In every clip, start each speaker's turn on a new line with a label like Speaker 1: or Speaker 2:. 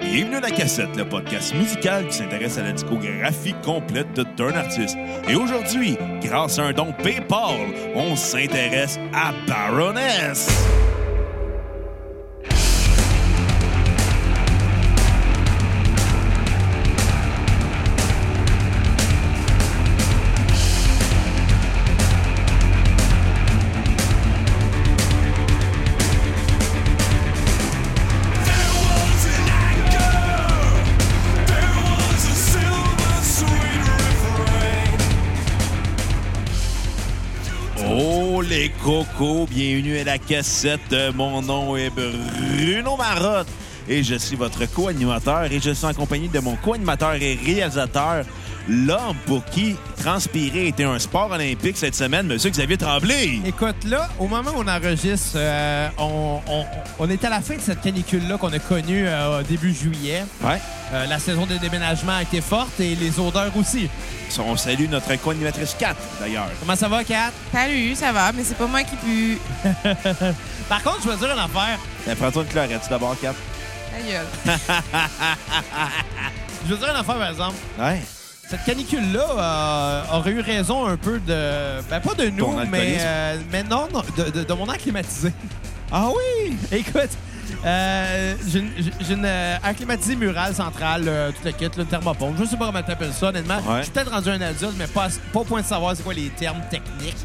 Speaker 1: Bienvenue à La Cassette, le podcast musical qui s'intéresse à la discographie complète de- d'un artiste. Et aujourd'hui, grâce à un don PayPal, on s'intéresse à Baroness. Oh les cocos, bienvenue à la cassette. Mon nom est Bruno Marotte et je suis votre co-animateur et je suis en compagnie de mon co-animateur et réalisateur, l'homme pour qui transpirer était un sport olympique cette semaine, Monsieur Xavier Tremblay.
Speaker 2: Écoute, là, au moment où on enregistre, euh, on, on- on est à la fin de cette canicule-là qu'on a connue euh, au début juillet.
Speaker 1: Ouais.
Speaker 2: Euh, la saison de déménagement a été forte et les odeurs aussi.
Speaker 1: On salue notre co-animatrice 4 d'ailleurs.
Speaker 2: Comment ça va, Kat?
Speaker 3: Salut, ça va, mais c'est pas moi qui pue.
Speaker 2: Par contre, je veux dire une affaire.
Speaker 1: Euh, Prends-toi une chlorette tout d'abord, 4.
Speaker 3: Ta gueule.
Speaker 2: Je veux dire une affaire, par exemple.
Speaker 1: Ouais.
Speaker 2: Cette canicule-là euh, aurait eu raison un peu de... Ben, pas de nous,
Speaker 1: Ton
Speaker 2: mais,
Speaker 1: alcoolisme.
Speaker 2: euh, mais non, non, de, de- de mon air climatisé.
Speaker 1: Ah oui!
Speaker 2: Écoute, euh, j'ai une- j'ai- j'ai une euh, air climatisée murale centrale, euh, tout le kit, là, une thermopompe. Je sais pas comment t'appelles ça, honnêtement.
Speaker 1: Ouais.
Speaker 2: Je suis peut-être rendu un adulte, mais pas, à ce- pas au point de savoir c'est quoi les termes techniques.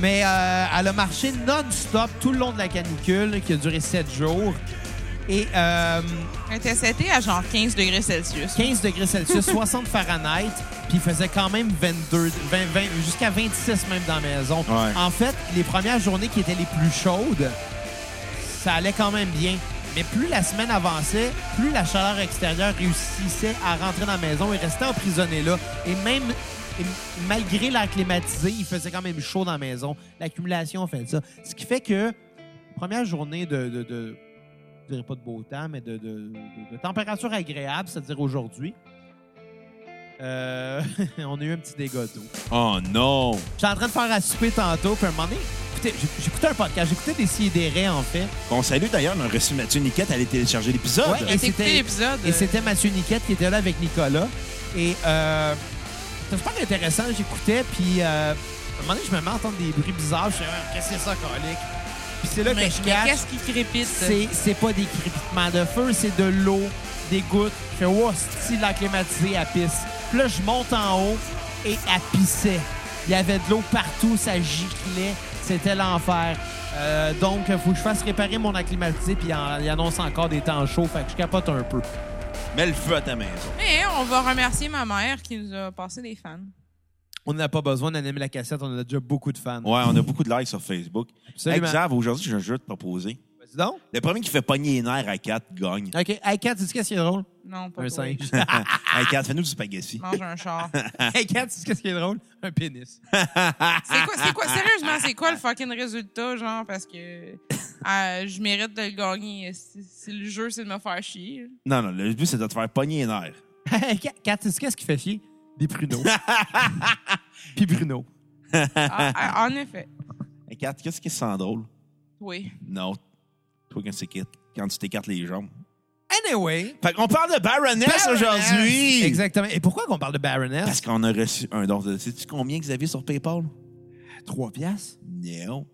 Speaker 2: Mais euh, elle a marché non-stop tout le long de la canicule qui a duré 7 jours. Et euh,
Speaker 3: Un TCT à genre 15 degrés Celsius.
Speaker 2: 15 degrés Celsius, 60 Fahrenheit, puis il faisait quand même 22, 20, 20 jusqu'à 26 même dans la maison.
Speaker 1: Ouais.
Speaker 2: En fait, les premières journées qui étaient les plus chaudes, ça allait quand même bien. Mais plus la semaine avançait, plus la chaleur extérieure réussissait à rentrer dans la maison et restait emprisonnée là. Et même et malgré l'air climatisé, il faisait quand même chaud dans la maison. L'accumulation fait ça. Ce qui fait que première journée de, de, de- je dirais pas de beau temps, mais de, de- de- de température agréable, c'est-à-dire aujourd'hui, euh, on a eu un petit dégât d'eau.
Speaker 1: Oh non!
Speaker 2: J'étais en train de faire à souper tantôt, puis à un moment donné, écoutez, j'ai- j'écoutais un podcast, j'écoutais des sidérés en fait.
Speaker 1: On salue d'ailleurs, on a reçu Mathieu Niquette, allez télécharger l'épisode.
Speaker 2: Ouais,
Speaker 3: T'as
Speaker 2: et c'était-
Speaker 3: écouté l'épisode? euh,
Speaker 2: Et c'était Mathieu Niquette qui était là avec Nicolas. Et euh, c'était super intéressant, j'écoutais, puis euh, à un moment donné, je me mets à entendre des bruits bizarres, je suis qu'est-ce que c'est ça, colique? Puis c'est là
Speaker 3: Mais-
Speaker 2: que je
Speaker 3: mais
Speaker 2: cache.
Speaker 3: qu'est-ce qui crépite?
Speaker 2: C'est, c'est pas des crépitements de feu, c'est de l'eau, des gouttes. Je fais, wow, si la climatisée, elle pisse. Puis là, je monte en haut et elle pissait. Il y avait de l'eau partout, ça giclait. C'était l'enfer. Euh, donc, il faut que je fasse réparer mon acclimatisé, puis il en- il annonce encore des temps chauds, fait que je capote un peu.
Speaker 1: Mets le feu à ta maison.
Speaker 3: Mais hein, on va remercier ma mère qui nous a passé des fans.
Speaker 2: On n'a pas besoin d'animer la cassette, on a déjà beaucoup de fans.
Speaker 1: Ouais, on a beaucoup de likes sur Facebook.
Speaker 2: Absolument.
Speaker 1: Hey, Xav, aujourd'hui, j'ai un jeu à te proposer.
Speaker 2: Vas-y donc.
Speaker 1: Le premier qui fait pogner les nerfs à 4 gagne.
Speaker 2: OK. Hey, Kat, dis qu'est-ce qui est drôle?
Speaker 3: Non, pas
Speaker 2: Un
Speaker 3: toi.
Speaker 2: singe.
Speaker 1: hey, 4, fais-nous du spaghetti.
Speaker 3: Mange un char.
Speaker 2: hey, Kat, dis qu'est-ce qui est drôle? Un pénis.
Speaker 3: C'est quoi, c'est quoi, sérieusement, c'est quoi le fucking résultat, genre, parce que euh, je mérite de le gagner. C'est c'est le jeu, c'est de me faire chier.
Speaker 1: Non, non, le but, c'est de te faire pogner les nerfs.
Speaker 2: Hey, Kat, Kat, dis qu'est-ce qui fait chier? Des pruneaux. puis Bruno.
Speaker 3: Ah, ah, en effet.
Speaker 1: Hey, 4, qu'est-ce qui sent drôle?
Speaker 3: Oui.
Speaker 1: Non. Toi, quand, c'est quitte, quand tu t'écartes les jambes.
Speaker 2: Anyway.
Speaker 1: Fait qu'on parle de Baroness aujourd'hui!
Speaker 2: Exactement. Et pourquoi qu'on parle de
Speaker 1: Parce
Speaker 2: Baroness?
Speaker 1: qu'on a reçu un don de. Sais-tu combien Xavier sur PayPal?
Speaker 2: 3 piastres,
Speaker 1: Non.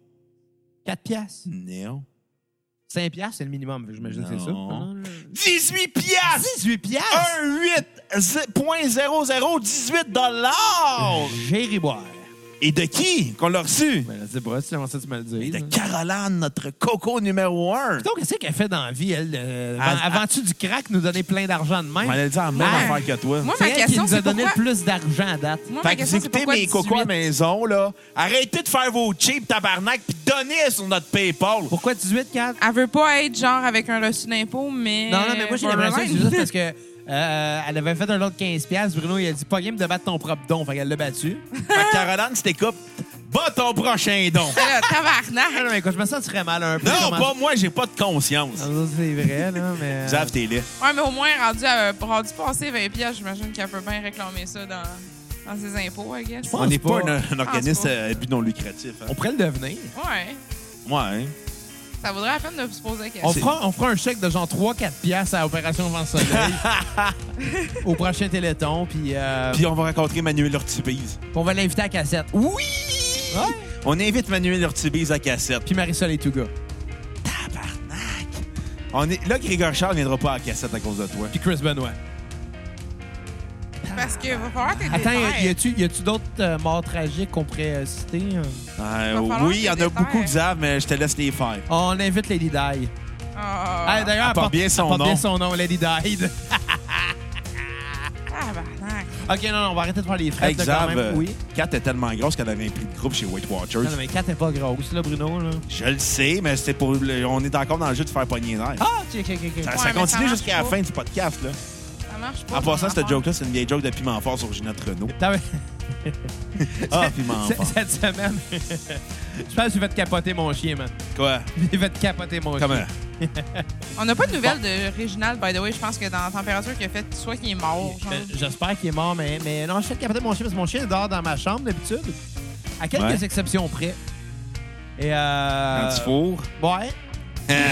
Speaker 2: 4 piastres,
Speaker 1: Non.
Speaker 2: 5 piastres, c'est le minimum, j'imagine, c'est ça.
Speaker 1: Non.
Speaker 2: Non, non, non.
Speaker 1: 18 piastres!
Speaker 2: 18 piastres!
Speaker 1: 1,8.0018 dollars!
Speaker 2: Jerry Boire.
Speaker 1: Et de qui qu'on l'a reçu?
Speaker 2: Ben, c'est pas, si tu commences à tu me le
Speaker 1: Et
Speaker 2: dire.
Speaker 1: de
Speaker 2: là.
Speaker 1: Caroline, notre coco numéro 1.
Speaker 2: Donc, qu'est-ce qu'elle fait dans la vie, elle? euh,
Speaker 1: Ah,
Speaker 2: avant- Avant-tu du crack nous donner plein d'argent de même?
Speaker 1: On allait dire la même
Speaker 2: Ouais.
Speaker 1: affaire que toi.
Speaker 3: Moi,
Speaker 2: C'est
Speaker 3: ma
Speaker 2: elle qui
Speaker 3: question,
Speaker 2: nous a
Speaker 3: c'est
Speaker 2: donné
Speaker 3: pourquoi...
Speaker 2: le plus d'argent à date.
Speaker 3: Moi, ma
Speaker 1: Fait que vous
Speaker 3: question, c'est
Speaker 1: écoutez
Speaker 3: pourquoi
Speaker 1: mes cocos à
Speaker 3: 18?
Speaker 1: la maison, là. Arrêtez de faire vos cheap tabarnak puis donnez sur notre PayPal.
Speaker 2: Pourquoi 18, 4?
Speaker 3: Elle veut pas être genre avec un reçu d'impôt, mais.
Speaker 2: Non, non, mais moi, j'ai l'impression que c'est
Speaker 3: borderline.
Speaker 2: juste parce que euh, elle avait fait un lot de 15$. piastres. Bruno, il a dit pas game de battre ton propre don. Fait qu'elle l'a battu.
Speaker 1: Fait que Caroline, si t'écoutes, bat ton prochain don.
Speaker 3: Là,
Speaker 2: Ah,
Speaker 3: Euh, tabarnak!
Speaker 2: non, mais écoute, je me sens très mal un peu.
Speaker 1: non,
Speaker 2: Comment-
Speaker 1: pas moi, j'ai pas de conscience.
Speaker 2: Ah, ça, C'est vrai, là, mais.
Speaker 1: Zav, t'es laid.
Speaker 3: Ouais, mais au moins, rendu, à, rendu passer 20 piastres, j'imagine qu'elle peut bien réclamer ça dans, dans ses impôts, I guess.
Speaker 2: pense
Speaker 1: On n'est pas,
Speaker 2: pas.
Speaker 1: un, un organisme
Speaker 3: pas.
Speaker 2: euh,
Speaker 1: à but non lucratif. hein.
Speaker 2: On pourrait le devenir.
Speaker 3: Ouais.
Speaker 1: Ouais, hein.
Speaker 3: Ça vaudrait la peine de se poser la question.
Speaker 2: On fera, on fera un chèque de genre 3-4 piastres à Opération Vent Soleil au prochain Téléthon, puis euh,
Speaker 1: Puis on va rencontrer Manuel Ortibise.
Speaker 2: on va l'inviter à cassette.
Speaker 1: Oui!
Speaker 2: Ouais.
Speaker 1: On invite Manuel Ortibise à cassette.
Speaker 2: Puis Marie-Soleil Touga.
Speaker 1: Tabarnak! On est... Là, Grégoire Charles viendra pas à cassette à cause de toi.
Speaker 2: Puis Chris Benoit.
Speaker 3: Parce qu'il va falloir tes
Speaker 2: Attends,
Speaker 3: détails.
Speaker 2: y a-tu y a-tu d'autres euh, morts tragiques qu'on pourrait euh, citer?
Speaker 1: Euh,
Speaker 2: euh?
Speaker 3: Il va falloir
Speaker 1: oui, il y en
Speaker 3: des
Speaker 1: a beaucoup,
Speaker 3: détails.
Speaker 1: Xav, mais je te laisse les faire.
Speaker 2: On invite Lady Di.
Speaker 3: Ah,
Speaker 2: Ah, D'ailleurs,
Speaker 1: elle porte bien son
Speaker 2: elle porte
Speaker 1: nom.
Speaker 2: Ah, bien son nom, Lady Di.
Speaker 3: tabarnak.
Speaker 2: OK, non, non, on va arrêter de faire les frais.
Speaker 1: Hey,
Speaker 2: quand
Speaker 1: Xav,
Speaker 2: même.
Speaker 1: euh,
Speaker 2: Oui.
Speaker 1: Kat est tellement grosse qu'elle avait un prix de groupe chez Weight Watchers.
Speaker 2: Non, non, mais 4 est pas grosse, là, Bruno. Là.
Speaker 1: Je le sais, mais c'est pour le- on est encore dans le jeu de faire pogner l'air.
Speaker 2: Ah, OK, OK, OK.
Speaker 1: Ça,
Speaker 3: Ouais,
Speaker 1: ça
Speaker 3: mais ça
Speaker 1: continue
Speaker 3: marche
Speaker 1: jusqu'à la
Speaker 3: pas.
Speaker 1: fin du podcast. Là.
Speaker 3: Ça marche pas.
Speaker 1: En passant,
Speaker 3: ton
Speaker 1: cette
Speaker 3: affaire.
Speaker 1: joke-là, c'est une vieille joke de Piment Fort sur Ginette Renault.
Speaker 2: Non, mais-
Speaker 1: Ah, Piment
Speaker 2: cette,
Speaker 1: Fort.
Speaker 2: cette semaine, je pense que je vais te capoter mon chien, man.
Speaker 1: Quoi?
Speaker 2: Je vais te capoter mon
Speaker 1: Comment?
Speaker 3: euh,
Speaker 2: chien.
Speaker 3: On n'a pas de nouvelles de Réginald, by the way. Je pense que dans la température qu'il a faite, soit qu'il est mort. genre.
Speaker 2: Ben, J'espère qu'il est mort, mais, mais non, je vais te capoter mon chien parce que mon chien dort dans ma chambre d'habitude. À quelques
Speaker 1: Ouais.
Speaker 2: exceptions près. Et euh.
Speaker 1: Un petit four?
Speaker 2: Ouais. Euh,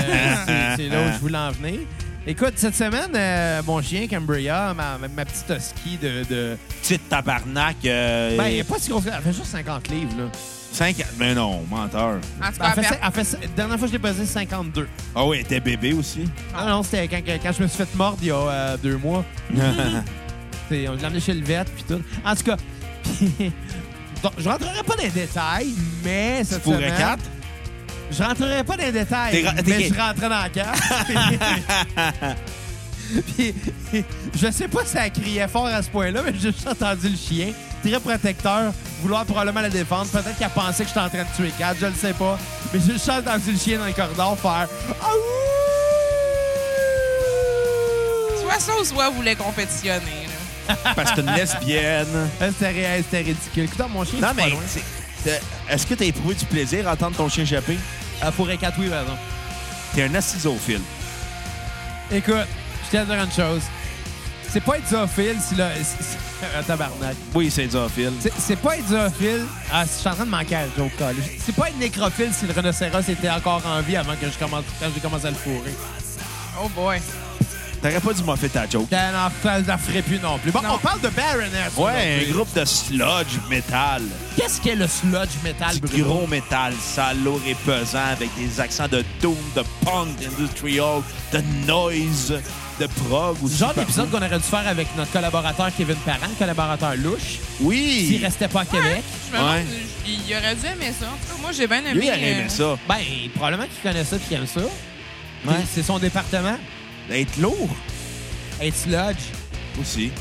Speaker 2: c'est- c'est là où je voulais en venir. Écoute, cette semaine, euh, mon chien Cambria, ma, ma- ma petite husky de. de...
Speaker 1: Petite tabarnak. Euh,
Speaker 2: Ben, elle est pas si grosse. que ça. Elle fait juste 50 livres, là. Ben,
Speaker 1: cinq... Mais non, menteur.
Speaker 3: En tout cas,
Speaker 2: Elle fait, ça-
Speaker 3: à perte.
Speaker 2: elle fait ça- dernière fois que je l'ai pesé, 52.
Speaker 1: Ah oui, elle était bébé aussi.
Speaker 2: Ah non, c'était quand, quand- quand je me suis fait mordre il y a euh, deux mois. C'est- On l'a emmené chez le vet, puis tout. En tout cas, puis- Donc, je rentrerai pas dans les détails, mais
Speaker 1: Tu
Speaker 2: cette
Speaker 1: pourrais
Speaker 2: semaine...
Speaker 1: quatre?
Speaker 2: Je rentrerai pas dans les détails,
Speaker 1: T'es ra- t'es
Speaker 2: mais
Speaker 1: gay.
Speaker 2: je rentrais dans la cave. Puis, je sais pas si elle criait fort à ce point-là, mais j'ai juste entendu le chien, très protecteur, vouloir probablement la défendre. Peut-être qu'elle pensait que j'étais en train de tuer Kat, je le sais pas. Mais j'ai juste entendu le chien dans le corridor faire « Aouh!
Speaker 3: Soit ça ou soit vous voulez compétitionner. là.
Speaker 1: Parce que t'es une lesbienne. »
Speaker 2: Euh, C'était ré- c'était ridicule. Écoute, mon chien,
Speaker 1: Non,
Speaker 2: c'est pas
Speaker 1: mais
Speaker 2: loin.
Speaker 1: c'est- t'as- est-ce que t'as éprouvé du plaisir à entendre ton chien japper?
Speaker 2: Euh, pour Kat, oui, pardon.
Speaker 1: T'es un assisophile.
Speaker 2: Écoute, je tiens à dire une chose. C'est pas être zoophile si là... Un tabarnak.
Speaker 1: Oui, c'est zoophile.
Speaker 2: C'est- C'est pas être zoophile. Ah, je suis en train de manquer à la joke, Colin. C'est pas être nécrophile si le rhinocéros était encore en vie avant que je commence, quand j'ai commencé à le fourrer.
Speaker 3: Oh boy.
Speaker 1: T'aurais pas dû m'en faire ta joke.
Speaker 2: T'en en fais- t'en ferais plus non plus. Bon,
Speaker 3: Non.
Speaker 2: on parle de Baroness.
Speaker 1: Ouais,
Speaker 2: aujourd'hui.
Speaker 1: un groupe de sludge metal.
Speaker 2: Qu'est-ce qu'est le sludge metal,
Speaker 1: Du
Speaker 2: Bruno?
Speaker 1: gros métal sale, lourd et pesant avec des accents de doom, de punk, d'industrial, de noise, de prog ou
Speaker 2: Genre d'épisode qu'on aurait dû faire avec notre collaborateur Kevin Parent, collaborateur louche, s'il
Speaker 1: Oui!
Speaker 2: restait pas à Québec.
Speaker 3: Je me
Speaker 1: Ouais.
Speaker 3: demande, il il aurait dû aimer ça. En tout cas, moi, j'ai bien aimé.
Speaker 1: Lui, il aurait aimé
Speaker 3: euh,
Speaker 1: ça.
Speaker 2: Ben, probablement qu'il connaît ça et qu'il aime ça.
Speaker 1: Ouais.
Speaker 2: Puis C'est son département.
Speaker 1: Être lourd
Speaker 2: Être sludge.
Speaker 1: aussi.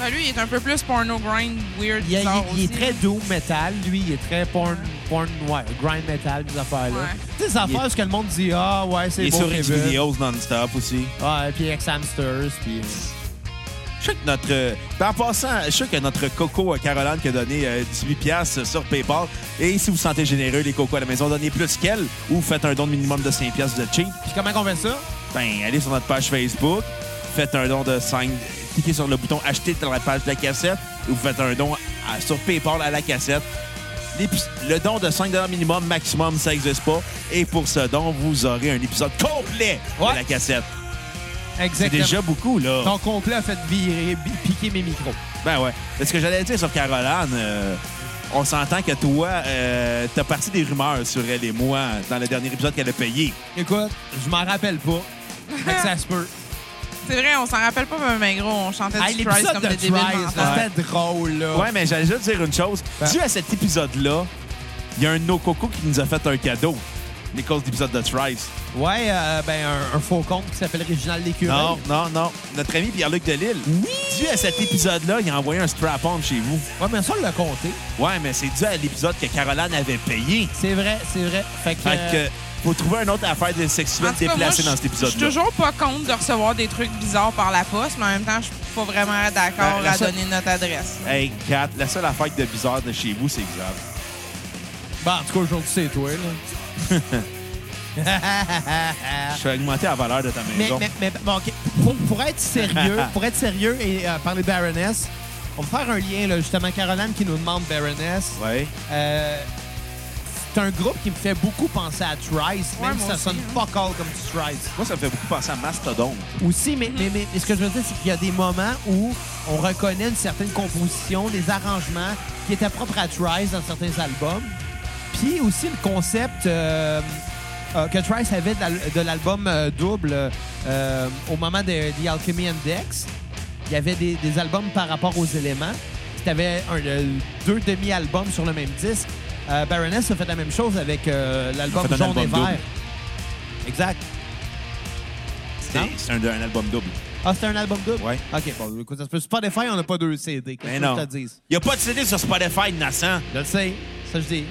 Speaker 3: Ben, lui, il est un peu plus porno grind, weird,
Speaker 2: Il, est-
Speaker 3: bizarre
Speaker 2: il- il
Speaker 3: aussi.
Speaker 2: est très doom metal, lui. Il est très porn, porn ouais, grind metal, des affaires-là.
Speaker 3: Ouais.
Speaker 2: Tu sais, des affaires, ce que le monde dit, ah, ouais,
Speaker 1: Il
Speaker 2: c'est
Speaker 1: est
Speaker 2: beau,
Speaker 1: sur
Speaker 2: Kevin.
Speaker 1: Xvideos non-stop aussi.
Speaker 2: Ouais, puis ex hamsters puis... euh,
Speaker 1: Je sais que notre. euh, ben, en passant, je sais que notre coco euh, Caroline qui a donné euh, 18$ sur PayPal. Et si vous sentez généreux, les cocos à la maison, donnez plus qu'elle ou faites un don de minimum de 5$ de cheap.
Speaker 2: Puis comment qu'on fait ça?
Speaker 1: Ben, allez sur notre page Facebook, faites un don de 5. Cliquez sur le bouton acheter dans la page de la cassette et vous faites un don à- sur PayPal à la cassette. L'épi- Le don de 5 minimum, maximum, ça n'existe pas. Et pour ce don, vous aurez un épisode complet
Speaker 2: Ouais.
Speaker 1: de la cassette. C'est
Speaker 2: Exactement.
Speaker 1: déjà beaucoup, là.
Speaker 2: Ton complet a fait virer, bi- piquer mes micros.
Speaker 1: Ben ouais. Mais ce que j'allais dire sur Caroline, euh, on s'entend que toi, euh, t'as parti des rumeurs sur elle et moi dans le dernier épisode qu'elle a payé.
Speaker 2: Écoute, je m'en rappelle pas. Fait que ça se peut.
Speaker 3: C'est vrai, on s'en rappelle pas, mais ben, gros, on chantait
Speaker 2: Hey,
Speaker 3: du Trice
Speaker 2: l'épisode
Speaker 3: comme
Speaker 2: de
Speaker 3: des débiles.
Speaker 2: Trice, hein.
Speaker 3: mentales.
Speaker 2: là, c'était drôle, là.
Speaker 1: Ouais, mais j'allais juste dire une chose.
Speaker 2: Ben.
Speaker 1: Dû à cet épisode-là, il y a un de nos cocos qui nous a fait un cadeau. Les causes d'épisode de Trice.
Speaker 2: Ouais, euh, ben, un, un faux compte qui s'appelle Réginald Lécureuil.
Speaker 1: Non, non, non. Notre ami Pierre-Luc Delille. Oui! Dû à cet épisode-là, il a envoyé un strap-on chez vous.
Speaker 2: Ouais, mais ça, on l'a compté.
Speaker 1: Ouais, mais c'est dû à l'épisode que Caroline avait payé.
Speaker 2: C'est vrai, c'est vrai. Fait que...
Speaker 1: Fait que faut trouver un autre affaire de
Speaker 3: Euh. En
Speaker 1: sexuelle
Speaker 3: tout cas, moi,
Speaker 1: déplacée
Speaker 3: je-
Speaker 1: dans cet
Speaker 3: Je suis
Speaker 1: épisode-là.
Speaker 3: toujours pas contre de recevoir des trucs bizarres par la poste, mais en même temps, je suis pas vraiment d'accord
Speaker 1: Ben, la
Speaker 3: à
Speaker 1: seule-
Speaker 3: donner notre adresse.
Speaker 1: Hey, Kat, la seule affaire de bizarre de chez vous, c'est Xav.
Speaker 2: Bon, bah, en tout cas, aujourd'hui, c'est toi, là.
Speaker 1: Je vais augmenter la valeur de ta
Speaker 2: Ah. mais,
Speaker 1: maison.
Speaker 2: mais, mais, bon, OK. pour, pour être sérieux, pour être sérieux et euh, parler de Baroness, on va faire un lien, là, justement. Caroline qui nous demande Baroness.
Speaker 1: Ouais.
Speaker 2: Euh, C'est un groupe qui me fait beaucoup penser à Trice,
Speaker 3: Ouais,
Speaker 2: même si
Speaker 3: moi
Speaker 2: ça
Speaker 3: aussi,
Speaker 2: sonne
Speaker 3: hein.
Speaker 2: fuck all comme du Trice.
Speaker 1: Moi, ça me fait beaucoup penser à Mastodon.
Speaker 2: Aussi, mais, mais, mais- mais ce que je veux dire, c'est qu'il y a des moments où on reconnaît une certaine composition, des arrangements qui étaient propres à Trice dans certains albums. Puis aussi le concept euh, euh, que Trice avait de l'al- de l'album euh, double euh, au moment de The Alchemy Index. Il y avait des, des albums par rapport aux éléments. Tu avais euh, deux demi-albums sur le même disque. Euh, Baroness a fait la même chose avec euh, l'album
Speaker 1: Ils ont fait un
Speaker 2: Jaune et
Speaker 1: album
Speaker 2: Vert. Exact.
Speaker 1: C'était
Speaker 2: Non?
Speaker 1: c'est un, un album double.
Speaker 2: Ah, c'était un album double?
Speaker 1: Ouais.
Speaker 2: OK, bon, écoute, ça se peut. Spotify, on n'a pas deux CD. Qu'est-ce
Speaker 1: Mais
Speaker 2: que je
Speaker 1: non.
Speaker 2: te dise?
Speaker 1: Il n'y a pas de CD sur Spotify, Nassan.
Speaker 2: Je le sais, ça je dis.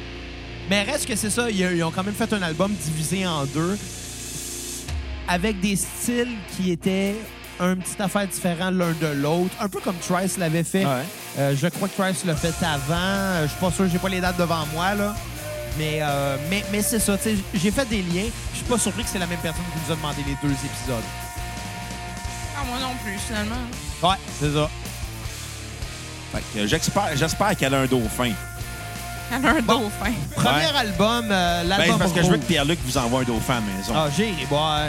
Speaker 2: Mais reste que c'est ça, ils ils ont quand même fait un album divisé en deux avec des styles qui étaient un petit affaire différent l'un de l'autre, un peu comme Trice l'avait fait.
Speaker 1: Ouais.
Speaker 2: Euh, je crois que Trice l'a fait avant. Euh, Je suis pas sûr, j'ai pas les dates devant moi là. Mais, euh, mais, mais c'est ça, tu sais, j'ai fait des liens. Je suis pas surpris que c'est la même personne qui nous a demandé les deux épisodes.
Speaker 3: Ah, moi non plus, finalement.
Speaker 2: Ouais, c'est ça.
Speaker 1: Fait que j'espère, j'espère qu'elle a un dauphin.
Speaker 3: Elle a un
Speaker 2: Bon.
Speaker 3: dauphin.
Speaker 2: Premier album, euh,
Speaker 1: Ben,
Speaker 2: l'album
Speaker 1: c'est parce que je veux
Speaker 2: rouge.
Speaker 1: que Pierre-Luc vous envoie un dauphin à la maison.
Speaker 2: Ah, j'ai les boire.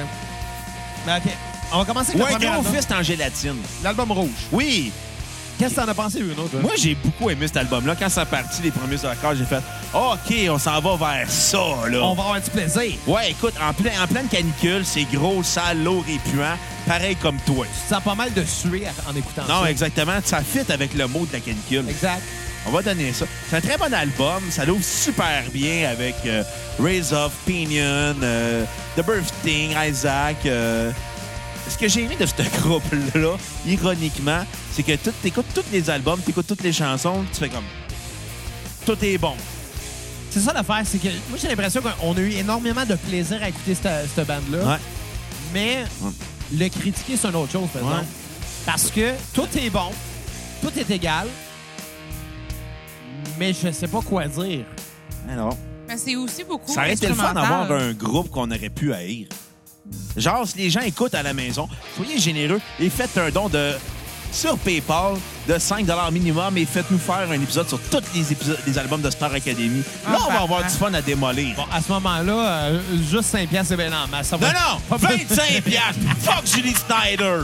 Speaker 2: Ben, OK. On va commencer
Speaker 1: Ou
Speaker 2: avec
Speaker 1: un
Speaker 2: le premier
Speaker 1: gros
Speaker 2: album.
Speaker 1: fist en gélatine.
Speaker 2: L'album rouge.
Speaker 1: Oui,
Speaker 2: Qu'est-ce que t'en as pensé, Bruno? toi?
Speaker 1: moi j'ai beaucoup aimé cet album-là. Quand ça a parti, les premiers accords, j'ai fait OK, on s'en va vers ça, là.
Speaker 2: on va avoir du plaisir.
Speaker 1: Ouais, écoute, en, plein, en pleine canicule, c'est gros, sale, lourd et puant, pareil comme toi.
Speaker 2: Tu sens pas mal de suer à- en écoutant ça.
Speaker 1: Non, exactement, ça fit avec le mot de la canicule.
Speaker 2: Exact.
Speaker 1: On va donner ça. C'est un très bon album. Ça l'ouvre super bien avec euh, Raise of Pinion, euh, The Birthing, Isaac. euh. Ce que j'ai aimé de ce groupe-là, ironiquement, c'est que tu écoutes tous les albums, tu écoutes toutes les chansons, tu fais comme. Tout est bon.
Speaker 2: C'est ça l'affaire, c'est que moi, j'ai l'impression qu'on a eu énormément de plaisir à écouter cette, cette bande-là.
Speaker 1: Ouais.
Speaker 2: Mais
Speaker 1: Ouais.
Speaker 2: le critiquer, c'est une autre chose, par
Speaker 1: Ouais.
Speaker 2: exemple. Parce que tout est bon, tout est égal, mais je sais pas quoi dire.
Speaker 1: Alors,
Speaker 3: Mais c'est aussi beaucoup.
Speaker 1: ça aurait été le fun
Speaker 3: instrumental.
Speaker 1: d'avoir un groupe qu'on aurait pu haïr. Genre, si les gens écoutent à la maison, soyez généreux et faites un don de sur PayPal de 5 minimum et faites-nous faire un épisode sur tous les épisodes des albums de Star Academy. Là,
Speaker 3: Ah,
Speaker 1: on va
Speaker 3: bah,
Speaker 1: avoir
Speaker 3: bah.
Speaker 1: du fun à démolir.
Speaker 2: Bon, à ce moment-là, euh, juste 5 piastres, c'est bien en masse. Ça
Speaker 1: Non,
Speaker 2: va être-
Speaker 1: non!
Speaker 2: pas plus-
Speaker 1: 25 piastres! Fuck Julie Snyder!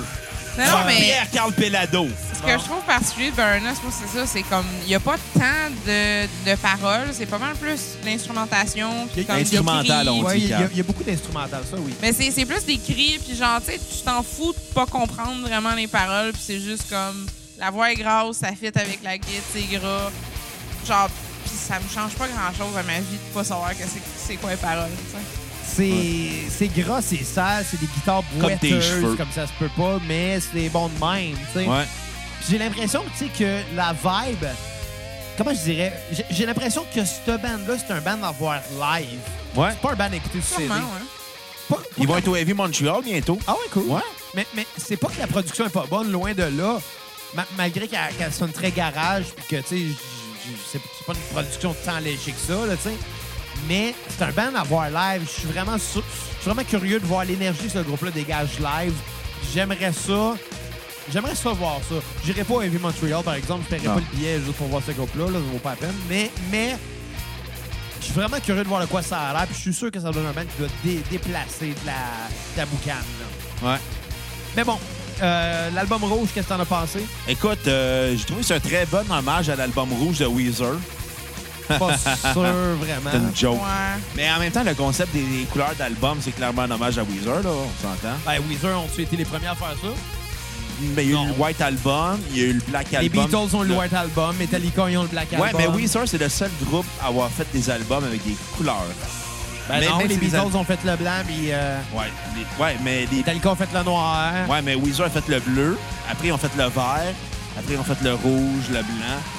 Speaker 3: Non, non,
Speaker 1: Fuck
Speaker 3: mais
Speaker 1: Pierre-Carl Pelado!
Speaker 3: ce que je trouve particulier de Baroness, moi, c'est ça. C'est comme, il n'y a pas tant de, de paroles. C'est pas mal plus l'instrumentation.
Speaker 2: Il
Speaker 3: puis
Speaker 2: y a-
Speaker 3: comme
Speaker 1: instrumental,
Speaker 3: des cris.
Speaker 1: on
Speaker 2: Ouais, il y, a-
Speaker 1: Cap.
Speaker 2: il y a beaucoup d'instrumentales, ça, oui.
Speaker 3: Mais c'est c'est plus des cris, puis genre, tu sais, tu t'en fous de pas comprendre vraiment les paroles, puis c'est juste comme la voix est grasse, ça fit avec la guide, c'est gras. Genre, puis ça me change pas grand-chose à ma vie de pas savoir que c'est- c'est quoi les paroles, tu sais.
Speaker 2: C'est c'est gras, c'est sale, c'est des guitares
Speaker 1: Comme tes
Speaker 2: boiteuses,
Speaker 1: cheveux.
Speaker 2: comme, ça se peut pas, mais c'est des bons de même, tu sais.
Speaker 1: Ouais.
Speaker 2: Puis J'ai l'impression, tu sais, que la vibe... Comment je dirais? J'ai- J'ai l'impression que cette band-là, c'est un band à voir live.
Speaker 1: Ouais.
Speaker 2: C'est pas un band à écouter sur CD.
Speaker 3: Sûrement,
Speaker 2: Pas- pas
Speaker 3: ouais.
Speaker 1: Ils vont
Speaker 2: que-
Speaker 1: être au Heavy Montreal bientôt.
Speaker 2: Ah ouais, cool.
Speaker 1: Ouais.
Speaker 2: Mais, mais c'est pas que la production est pas bonne, loin de là. Ma- malgré qu'elle qu'elle sonne très garage, puis que, tu sais, j- j- c'est c'est pas une production tant léger que ça, là, tu sais. Mais c'est un band à voir live. Je suis vraiment, sûr- je suis vraiment curieux de voir l'énergie que ce groupe-là dégage live. J'aimerais ça. J'aimerais ça voir ça. J'irai pas à Heavy Montreal, par exemple. Je paierais
Speaker 1: Non.
Speaker 2: pas le billet juste pour voir ce groupe-là. Là, ça vaut pas la peine. Mais, mais je suis vraiment curieux de voir de quoi ça a l'air. Puis je suis sûr que ça donne un band qui va dé- déplacer de la, de la boucane, là.
Speaker 1: Ouais.
Speaker 2: Mais bon, euh, l'album rouge, qu'est-ce que t'en as pensé?
Speaker 1: Écoute, euh, j'ai trouvé que c'est un très bon hommage à l'album rouge de Weezer.
Speaker 2: Pas sûr vraiment.
Speaker 1: C'est
Speaker 3: Ah,
Speaker 1: une joke.
Speaker 3: Ouais.
Speaker 1: Mais en même temps, le concept des, des couleurs d'album, c'est clairement un hommage à Weezer, là, on s'entend.
Speaker 2: Ben, Weezer ont-tu été les premiers à faire ça?
Speaker 1: Mais il y a eu le White Album, il y a eu le Black
Speaker 2: Les
Speaker 1: Album.
Speaker 2: Beatles ont le
Speaker 1: Le-
Speaker 2: White Album, Metallica ils ont le Black
Speaker 1: Ouais, ben
Speaker 2: Album.
Speaker 1: mais Weezer, c'est le seul groupe à avoir fait des albums avec des couleurs.
Speaker 2: Ben
Speaker 1: Mais-
Speaker 2: non,
Speaker 1: mais
Speaker 2: les
Speaker 1: c'est des
Speaker 2: Beatles ont fait le blanc, puis euh,
Speaker 1: Ouais, les- ouais, mais les...
Speaker 2: Metallica ont fait le noir.
Speaker 1: ouais, mais Weezer a fait le bleu, après ils ont fait le vert, après ils ont fait le rouge, le blanc.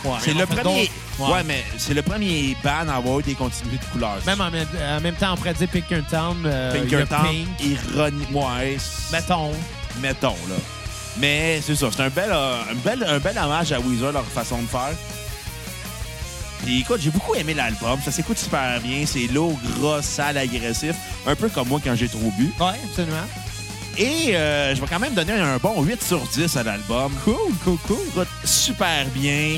Speaker 2: Ouais,
Speaker 1: c'est
Speaker 2: ils
Speaker 1: le
Speaker 2: ont fait
Speaker 1: premier.
Speaker 2: d'autres.
Speaker 1: Ouais.
Speaker 2: Ouais.
Speaker 1: mais c'est le premier band à avoir eu des continuités de couleurs.
Speaker 2: Même euh, en, même- en même temps, on pourrait dire Pinkerton, euh,
Speaker 1: Pinkerton,
Speaker 2: le Pink, Ben,
Speaker 1: ironique, ouais, c'est-
Speaker 2: mettons.
Speaker 1: mettons là. Mais c'est ça, c'est un bel, euh, un bel, un bel hommage à Weezer, leur façon de faire. Puis écoute, j'ai beaucoup aimé l'album, ça s'écoute super bien, c'est lourd, gros, sale, agressif, un peu comme moi quand j'ai trop bu.
Speaker 2: Ouais, absolument.
Speaker 1: Et euh, je vais quand même donner un bon 8 sur 10 à l'album.
Speaker 2: Cool, cool, cool.
Speaker 1: Écoute, super bien.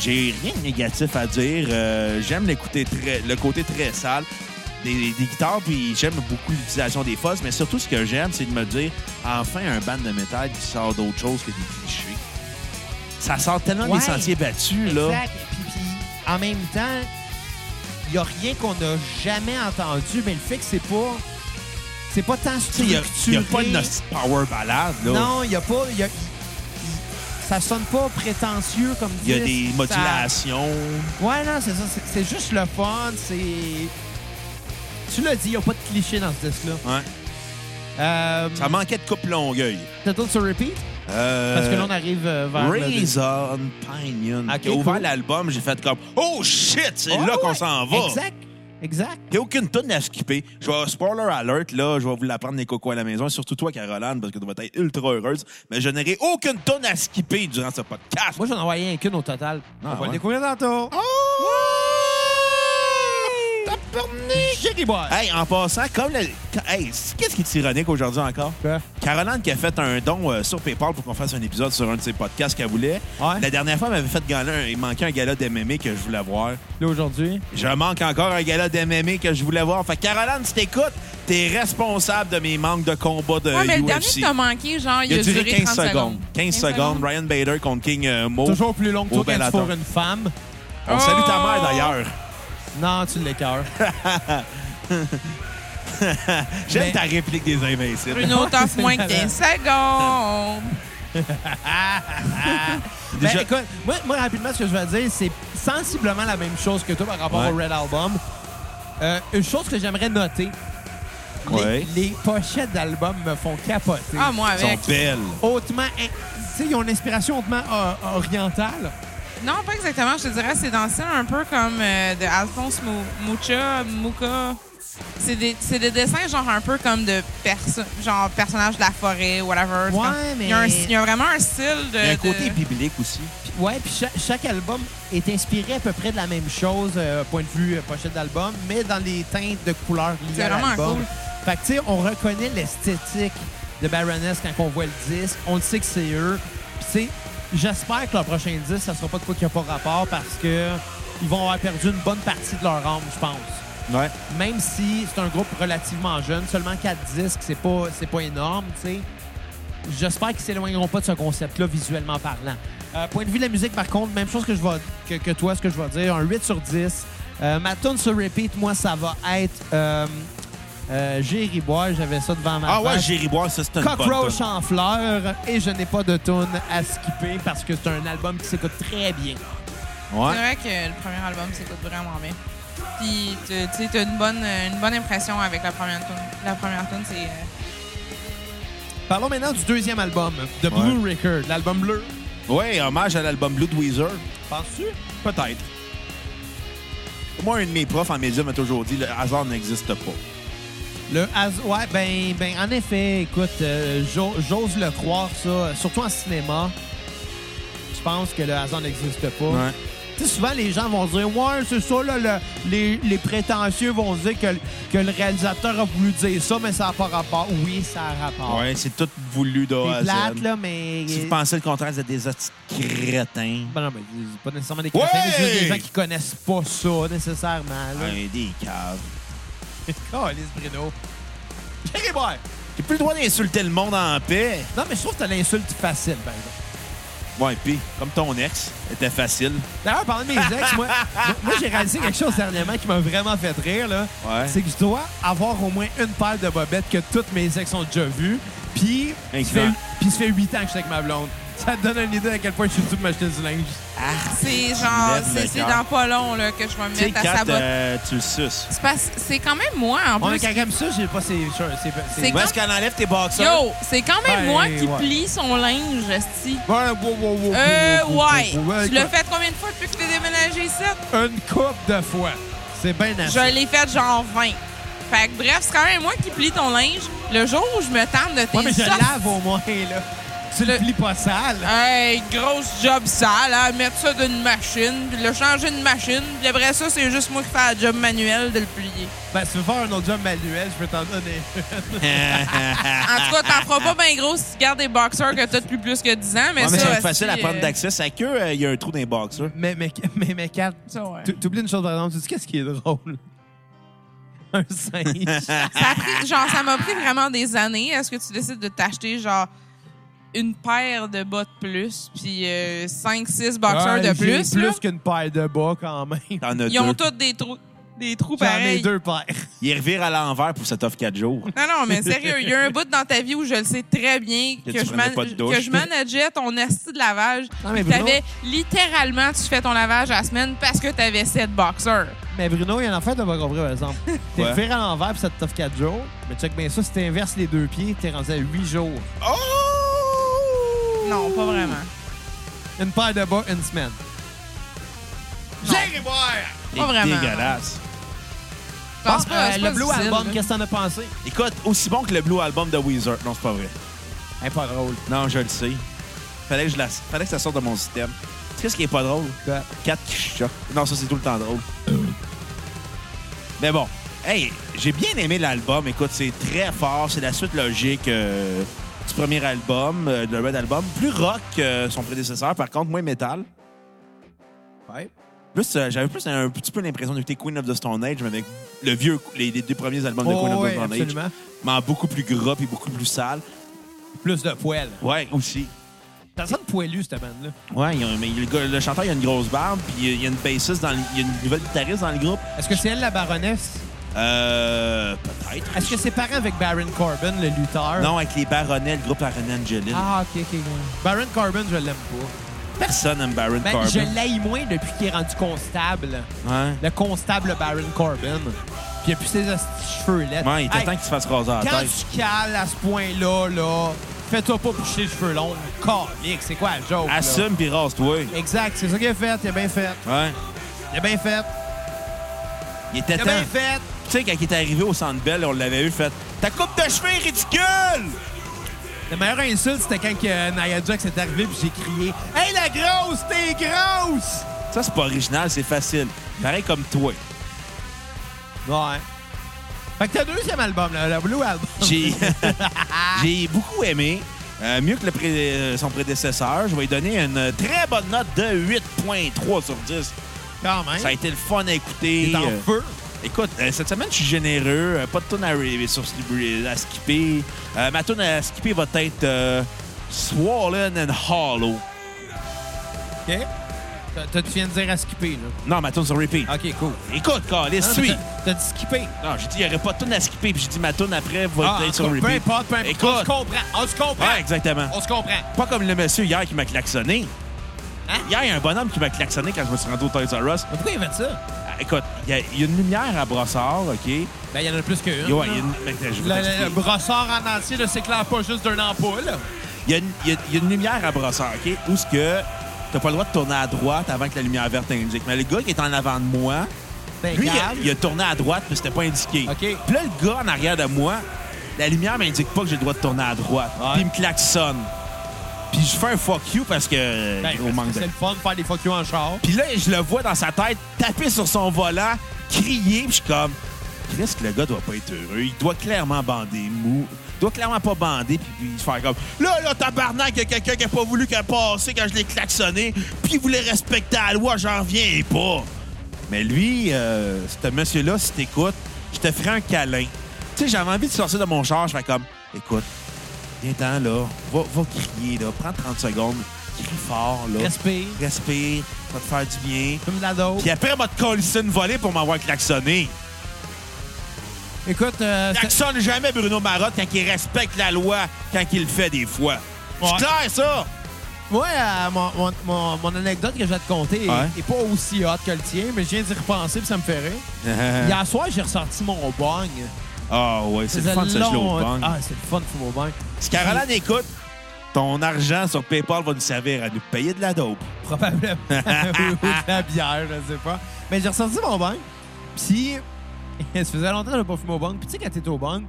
Speaker 1: J'ai rien de négatif à dire. Euh, j'aime l'écouter très- le côté très sale des, des guitares, puis j'aime beaucoup l'utilisation des fosses, mais surtout ce que j'aime, c'est de me dire enfin un band de métal qui sort d'autre chose que des clichés. Ça sort tellement
Speaker 2: Ouais.
Speaker 1: des sentiers battus, là.
Speaker 2: Exact. Puis, puis, en même temps, il n'y a rien qu'on n'a jamais entendu, mais le fait que c'est pas. C'est pas tant
Speaker 1: Il n'y a,
Speaker 2: structuré.
Speaker 1: y a pas de nostalgie power ballade, là.
Speaker 2: Non, il n'y a pas. il y a- ça sonne pas prétentieux comme
Speaker 1: Il y a
Speaker 2: disque.
Speaker 1: des
Speaker 2: Ça-
Speaker 1: modulations.
Speaker 2: Ouais, non, c'est ça. c'est- C'est juste le fun. C'est. Tu l'as dit, il n'y a pas de cliché dans ce disque-là.
Speaker 1: Ouais.
Speaker 2: Euh,
Speaker 1: Ça manquait de coupe longueuil.
Speaker 2: T'as d'autres sur repeat?
Speaker 1: Euh,
Speaker 2: Parce que là, on arrive euh, vers. le-
Speaker 1: Reason Pinion.
Speaker 2: Ok,
Speaker 1: J'ai ouvert
Speaker 2: cool.
Speaker 1: l'album, j'ai fait comme Oh shit, c'est
Speaker 2: Ouais,
Speaker 1: là qu'on
Speaker 2: ouais.
Speaker 1: s'en va.
Speaker 2: Oh, Exact. Exact.
Speaker 1: Il n'y a aucune tonne à skipper. Je vais, spoiler alert, là, je vais vous la prendre les cocos à la maison, surtout toi, Caroline, parce que tu vas être ultra heureuse. Mais je n'aurai aucune tonne à skipper durant ce podcast.
Speaker 2: Moi, j'en ai envoyé un qu'une au total.
Speaker 1: Ah,
Speaker 2: on va
Speaker 1: ouais. Oh!
Speaker 2: le découvrir tantôt. Chérie boy!
Speaker 1: Hey, en passant, comme le. Hey, c'est- qu'est-ce qui est ironique aujourd'hui encore?
Speaker 2: Quoi?
Speaker 1: Caroline qui a fait un don euh, sur PayPal pour qu'on fasse un épisode sur un de ses podcasts qu'elle voulait.
Speaker 2: Ouais.
Speaker 1: La dernière fois, elle m'avait fait gala, un- il manquait un gala d'MMA que je voulais voir.
Speaker 2: Là, aujourd'hui.
Speaker 1: Je manque encore un gala d'MMA que je voulais voir. Fait que Caroline, si t'écoutes, t'es responsable de mes manques de combat de
Speaker 3: Ouais, mais le dernier
Speaker 1: UFC.
Speaker 3: que t'as manqué, genre, il,
Speaker 1: il a duré 15
Speaker 3: 30
Speaker 1: secondes. 15 secondes. Ryan Bader contre King euh, Mo.
Speaker 2: Toujours plus long que
Speaker 1: Oh,
Speaker 2: toi
Speaker 1: ben,
Speaker 2: quand tu
Speaker 1: attends.
Speaker 2: fourres une femme.
Speaker 1: On salue ta mère
Speaker 3: Oh!
Speaker 1: d'ailleurs.
Speaker 2: Non, tu l'écœures.
Speaker 1: J'aime
Speaker 2: Mais-
Speaker 1: ta réplique des Invincibles.
Speaker 3: Bruno taffe moins que 15 secondes.
Speaker 2: Ben,
Speaker 1: Déjà-
Speaker 2: écoute, moi, moi, rapidement, ce que je vais dire, c'est sensiblement la même chose que toi par rapport
Speaker 1: Ouais.
Speaker 2: au Red Album. Euh, une chose que j'aimerais noter, les-
Speaker 1: Ouais.
Speaker 2: les, pochettes d'albums me font capoter.
Speaker 3: Ah, moi
Speaker 1: Ils sont
Speaker 3: avec.
Speaker 1: belles.
Speaker 2: Hautement, in- tu sais, ils ont une inspiration hautement euh, orientale.
Speaker 3: Non, pas exactement. Je te dirais, c'est dans le style un peu comme euh, de Alphonse Mou- Moucha, Mouka. C'est des, c'est des dessins genre un peu comme de perso genre personnages de la forêt, whatever. C'est
Speaker 2: Ouais,
Speaker 3: comme-
Speaker 2: mais-
Speaker 3: Il y, a un- il y a vraiment un style de.
Speaker 1: Il y a un côté
Speaker 3: de-
Speaker 1: biblique aussi.
Speaker 2: Puis- Ouais, puis cha- chaque, album est inspiré à peu près de la même chose, euh, point de vue euh, pochette d'album, mais dans les teintes de couleurs liées
Speaker 3: C'est
Speaker 2: à
Speaker 3: vraiment
Speaker 2: l'album.
Speaker 3: cool.
Speaker 2: Fait que, tu sais, on reconnaît l'esthétique de Baroness quand on voit le disque. On le sait que c'est eux. Puis, tu sais, j'espère que leur prochain disque, ça sera pas de quoi qu'il n'y a pas rapport parce que ils vont avoir perdu une bonne partie de leur âme, je pense
Speaker 1: Ouais.
Speaker 2: même si c'est un groupe relativement jeune, seulement 4 disques, c'est pas, c'est pas énorme, tu sais. J'espère qu'ils s'éloigneront pas de ce concept-là visuellement parlant. Euh, point de vue de la musique, par contre, même chose que, je vais, que, que toi, ce que je vais dire, un 8 sur 10. Euh, ma tune sur repeat, moi, ça va être euh, euh, Jerry Boy, j'avais ça devant ma
Speaker 1: Ah ouais,
Speaker 2: face.
Speaker 1: Jerry Bois, ça c'est un
Speaker 2: Cockroach en fleurs et je n'ai pas de tune à skipper parce que c'est un album qui s'écoute très bien.
Speaker 1: Ouais.
Speaker 3: C'est vrai que le premier album s'écoute vraiment bien. Puis, tu tu sais, t'as une bonne, euh, une bonne impression avec la première tune. La première tune, c'est. euh,
Speaker 2: Parlons maintenant du deuxième album, The Blue Record, l'album bleu.
Speaker 1: Ouais, hommage à l'album Blue de Weezer.
Speaker 2: Penses-tu?
Speaker 1: Peut-être. Moi, un de mes profs en médium m'a toujours dit le hasard n'existe pas.
Speaker 2: Le has- ouais, ben, ben, en effet, écoute, euh, j'o- j'ose le croire, ça, surtout en cinéma. Je pense que le hasard n'existe pas. Tu sais, souvent, les gens vont dire, ouais, c'est ça, là, le- les, les prétentieux vont dire que, que le réalisateur a voulu dire ça, mais ça n'a pas rapport. Oui, ça a rapport.
Speaker 1: Ouais, c'est tout voulu de A à
Speaker 2: C'est
Speaker 1: Z.
Speaker 2: plate, là, mais.
Speaker 1: Si vous pensez le contraire, vous êtes des hosties de crétins.
Speaker 2: Ben non, mais c'est pas nécessairement des crétins,
Speaker 1: Ouais!
Speaker 2: mais juste des gens qui connaissent pas ça, nécessairement. Là.
Speaker 1: Ouais, des caves.
Speaker 2: Oh, Alice Bruno. Jerry Boy!
Speaker 1: T'as plus le droit d'insulter le monde en paix.
Speaker 2: Non, mais je trouve que t'as l'insulte facile, par exemple.
Speaker 1: Ouais, pis, comme ton ex, était facile.
Speaker 2: D'ailleurs, parlant de mes ex, moi, moi j'ai réalisé quelque chose dernièrement qui m'a vraiment fait rire. là.
Speaker 1: Ouais.
Speaker 2: C'est que je dois avoir au moins une paire de bobettes que toutes mes ex ont déjà vues. Puis, ça
Speaker 1: Incroyable.
Speaker 2: fait, puis ça fait 8 ans que je suis avec ma blonde. Ça te donne une idée à quel point je suis dû de m'acheter du linge.
Speaker 3: C'est genre.
Speaker 1: lèves le
Speaker 3: C'est c'est
Speaker 1: cœur.
Speaker 3: dans pas long là, que je vais me
Speaker 1: Tu sais,
Speaker 3: mettre à
Speaker 1: Kat,
Speaker 3: saboter.
Speaker 1: euh, tu le suces.
Speaker 3: C'est parce- C'est quand même moi, en
Speaker 2: On
Speaker 3: plus.
Speaker 2: a quand même ça, j'ai pas ces choses. C'est,
Speaker 3: C'est
Speaker 1: Où est-ce qu'elle enlève tes boxeurs?
Speaker 3: Yo, c'est quand même
Speaker 2: Ben,
Speaker 3: moi qui
Speaker 2: ouais.
Speaker 3: plie son linge, esti.
Speaker 2: Ouais, wow, wow, wow,
Speaker 3: Euh,
Speaker 2: wow, wow,
Speaker 3: ouais.
Speaker 2: wow, wow.
Speaker 3: Tu l'as fait combien de fois depuis que t'es déménagé ici?
Speaker 2: Une coupe de fois. C'est bien assez.
Speaker 3: Je l'ai fait genre 20. Fait que bref, c'est quand même moi qui plie ton linge. Le jour où je me tente de tes
Speaker 2: Ouais, mais je
Speaker 3: sortes-
Speaker 2: lave au moins, là. Tu le plies pas sale.
Speaker 3: Hey, grosse job sale, hein? Mettre ça d'une machine, puis le changer de machine, puis après ça, c'est juste moi qui fais la job manuelle de le plier.
Speaker 2: Ben, si tu veux faire un autre job manuel, je peux t'en donner.
Speaker 3: En tout cas, t'en feras pas bien gros si tu gardes des boxeurs que t'as depuis plus que 10 ans, mais
Speaker 1: Ouais, mais ça
Speaker 3: ça.
Speaker 1: va être
Speaker 3: aussi,
Speaker 1: facile à prendre
Speaker 3: euh,
Speaker 1: d'accès. Sa queue, euh, il y a un trou dans les boxers.
Speaker 2: mais, mais, mais, mais, Kat,
Speaker 3: ça, ouais.
Speaker 2: t'ou- t'oublies une chose, par exemple. Tu sais qu'est-ce qui est drôle? Un singe.
Speaker 3: Ça a pris- genre, ça m'a pris vraiment des années. Est-ce que tu décides de t'acheter, genre, une paire de bas de plus, puis 5-6 boxeurs
Speaker 2: Ouais,
Speaker 3: de
Speaker 2: j'ai
Speaker 3: plus? là? Ah,
Speaker 2: Plus qu'une paire de bas, quand même.
Speaker 1: T'en as
Speaker 3: Ils ont
Speaker 1: deux.
Speaker 3: tous des trous, des trous
Speaker 2: J'en ai
Speaker 3: pareils.
Speaker 2: deux paires.
Speaker 1: Ils revirent à l'envers pour cette offre 4 jours.
Speaker 3: Non, non, mais sérieux, il y a un bout dans ta vie où je le sais très bien
Speaker 1: Que
Speaker 3: que,
Speaker 1: tu
Speaker 3: je,
Speaker 1: prenais pas de douche.
Speaker 3: que je manageais ton asti de lavage.
Speaker 2: Non, mais
Speaker 3: Puis
Speaker 2: Bruno-
Speaker 3: t'avais littéralement, tu fais ton lavage à la semaine parce que t'avais 7 boxeurs.
Speaker 2: Mais Bruno, il y a un affaire, t'as pas compris, par exemple. T'es
Speaker 1: Ouais.
Speaker 2: viré à l'envers, puis ça te t'offre 4 jours. Mais check bien ça, si t'inverses les deux pieds, t'es rendu à 8 jours.
Speaker 1: Oh!
Speaker 3: Non, pas vraiment.
Speaker 2: Une paire de bas, une semaine.
Speaker 1: C'est
Speaker 3: Pas vraiment.
Speaker 1: dégueulasse.
Speaker 3: Je pense
Speaker 2: Bon,
Speaker 3: pas,
Speaker 2: euh,
Speaker 3: c'est
Speaker 2: le
Speaker 3: pas
Speaker 2: Blue
Speaker 3: difficile,
Speaker 2: Album,
Speaker 3: là.
Speaker 2: qu'est-ce que t'en as pensé?
Speaker 1: Écoute, aussi bon que le Blue Album de Weezer. Non, c'est pas vrai.
Speaker 2: Eh, pas drôle.
Speaker 1: Non, je le sais. Fallait que, je la... Fallait que ça sorte de mon système. Tu sais ce qui est pas drôle?
Speaker 2: Ben,
Speaker 1: 4 qui choquent. Non, ça, c'est tout le temps drôle. Mais bon. Hey, j'ai bien aimé l'album. Écoute, c'est très fort. C'est la suite logique euh, du premier album, euh, de Red Album. Plus rock que son prédécesseur, par contre, moins métal.
Speaker 2: ouais.
Speaker 1: Plus, euh, j'avais plus un petit peu l'impression d'écouter Queen of the Stone Age, mais avec le vieux, les, les deux premiers albums de
Speaker 2: Oh,
Speaker 1: Queen of the
Speaker 2: ouais,
Speaker 1: Stone Age.
Speaker 2: absolument.
Speaker 1: Mais en beaucoup plus gras et beaucoup plus sale.
Speaker 2: Plus de poils.
Speaker 1: Ouais, aussi.
Speaker 2: Ça sonne poilu, cette bande-là.
Speaker 1: Ouais, il y a un- mais le, gars- le chanteur, il a une grosse barbe, puis il y a une bassiste, dans le- il y a une nouvelle guitariste dans le groupe.
Speaker 2: Est-ce que c'est elle, la baronesse?
Speaker 1: Euh, peut-être.
Speaker 2: Est-ce que c'est pareil avec Baron Corbin, le lutteur?
Speaker 1: Non, avec les baronnets, le groupe Arena Angeline.
Speaker 2: Ah, OK, OK. ouais. Baron Corbin, je l'aime pas.
Speaker 1: Personne n'aime Baron
Speaker 2: Ben,
Speaker 1: Corbin.
Speaker 2: je l'aime moins depuis qu'il est rendu constable.
Speaker 1: Ouais.
Speaker 2: Le constable Baron Corbin. Puis il a plus ses hosties de cheveux là.
Speaker 1: Ouais, il t'attend qu'il se fasse raser la
Speaker 2: Quand
Speaker 1: tête.
Speaker 2: tu cales à ce point-là, là, fais-toi pas pousser les cheveux longs. Calique, c'est quoi le joke? là?
Speaker 1: Assume puis rase-toi.
Speaker 2: Exact, c'est ça qu'il a fait. Il a bien fait.
Speaker 1: Ouais.
Speaker 2: Il a bien fait.
Speaker 1: Il était
Speaker 2: Il a
Speaker 1: temps.
Speaker 2: bien fait.
Speaker 1: Tu sais, quand il est arrivé au Centre Bell, on l'avait eu fait « Ta coupe de cheveux est ridicule!
Speaker 2: La meilleure insulte, c'était quand que euh, Nia Jax est arrivée puis j'ai crié « Hey, la grosse, t'es grosse! »
Speaker 1: Ça, c'est pas original, c'est facile. Pareil comme toi.
Speaker 2: Ouais. Fait que t'as le deuxième album, là, le Blue Album.
Speaker 1: J'ai j'ai beaucoup aimé. Euh, mieux que le pré- euh, son prédécesseur. Je vais lui donner une très bonne note de 8.3 sur 10.
Speaker 2: Quand même.
Speaker 1: Ça a été le fun à écouter.
Speaker 2: T'es Hein? en
Speaker 1: Euh,
Speaker 2: feu.
Speaker 1: Écoute, euh, cette semaine, je suis généreux. Euh, pas de tune à, ré- sur- à skipper. Euh, ma tune à skipper va être euh, Swollen and Hollow.
Speaker 2: OK. T'as- t'as- Tu viens de dire à skipper, là.
Speaker 1: Non, ma tune sur repeat.
Speaker 2: OK, Ah, cool.
Speaker 1: Écoute, Carlis,
Speaker 2: Non,
Speaker 1: suis.
Speaker 2: mais t'as- T'as dit skipper.
Speaker 1: Non, j'ai dit, il n'y aurait pas de tune à skipper. Puis j'ai dit, ma tune après va
Speaker 2: Ah, en
Speaker 1: être
Speaker 2: tout
Speaker 1: sur
Speaker 2: cas, peu
Speaker 1: repeat.
Speaker 2: importe, peu importe. On se
Speaker 1: Écoute.
Speaker 2: comprend. On se comprend.
Speaker 1: Ouais, exactement.
Speaker 2: On se comprend.
Speaker 1: Pas comme le monsieur hier qui m'a klaxonné.
Speaker 2: Hein?
Speaker 1: Hier, il y a un bonhomme qui m'a klaxonné quand je me suis rendu au Toys R Us.
Speaker 2: Mais pourquoi il fait ça?
Speaker 1: Ah, Écoute, il y, a- il y a une lumière à brossard, OK? Ouais,
Speaker 2: Ben, il y en a plus qu'une.
Speaker 1: il y a une... mais, je vais
Speaker 2: Le, le-
Speaker 1: t'expliquer.
Speaker 2: le brossard en entier ne s'éclaire pas juste d'un ampoule.
Speaker 1: Il y, a une- il y a- il y a une lumière à brossard, OK? Où ce que t'as pas le droit de tourner à droite avant que la lumière verte indique. Mais le gars qui est en avant de moi,
Speaker 2: Ben,
Speaker 1: lui, il a,
Speaker 2: regarde.
Speaker 1: il a tourné à droite, mais c'était pas indiqué.
Speaker 2: OK.
Speaker 1: Puis là, le gars en arrière de moi, la lumière m'indique pas que j'ai le droit de tourner à droite.
Speaker 2: Ouais.
Speaker 1: Puis il me klaxonne. Puis je fais un fuck you parce que...
Speaker 2: Ben,
Speaker 1: au
Speaker 2: parce
Speaker 1: manque
Speaker 2: que
Speaker 1: de...
Speaker 2: c'est le fun de faire des fuck you en char.
Speaker 1: Puis là, je le vois dans sa tête taper sur son volant, crier. Puis je suis comme, Chris, le gars doit pas être heureux. Il doit clairement bander mou. Il doit clairement pas bander. Puis, puis se faire comme, là, là, tabarnak, il y a quelqu'un qui a pas voulu qu'elle passe quand je l'ai klaxonné. Puis il voulait respecter la loi, j'en reviens pas. Mais lui, euh, ce monsieur-là, si t'écoutes, je te ferai un câlin. Tu sais, j'avais envie de sortir de mon char. Je fais comme, écoute, viens-t'en, là. Va, va crier, là. Prends 30 secondes. Crie fort, là
Speaker 2: Respire.
Speaker 1: respire, ça va te faire du bien.
Speaker 2: Fume de la dope.
Speaker 1: Puis après, elle m'a te colisser une volée pour m'avoir klaxonné.
Speaker 2: Écoute, euh, c'est-
Speaker 1: Klaxonne jamais Bruno Marotte quand il respecte la loi, quand il le fait des fois.
Speaker 2: Ouais.
Speaker 1: C'est clair, ça?
Speaker 2: moi, euh, mon, mon- mon- mon anecdote que je vais te conter est-
Speaker 1: Ouais.
Speaker 2: est, pas aussi hot que le tien, mais je viens d'y repenser puis ça me fait rire. Hier soir, j'ai ressorti mon bong.
Speaker 1: Ah ouais, Hein? c'est le fun de se geler au bang.
Speaker 2: Ah, c'est le fun de fumer au bong.
Speaker 1: Si Caroline écoute, ton argent sur PayPal va nous servir à nous payer de la dope.
Speaker 2: Probablement. ou de la bière, je sais pas. Mais j'ai ressorti mon bang. Puis, ça faisait longtemps que je n'avais pas fumé au bang. Puis, tu sais, quand t'es au bang,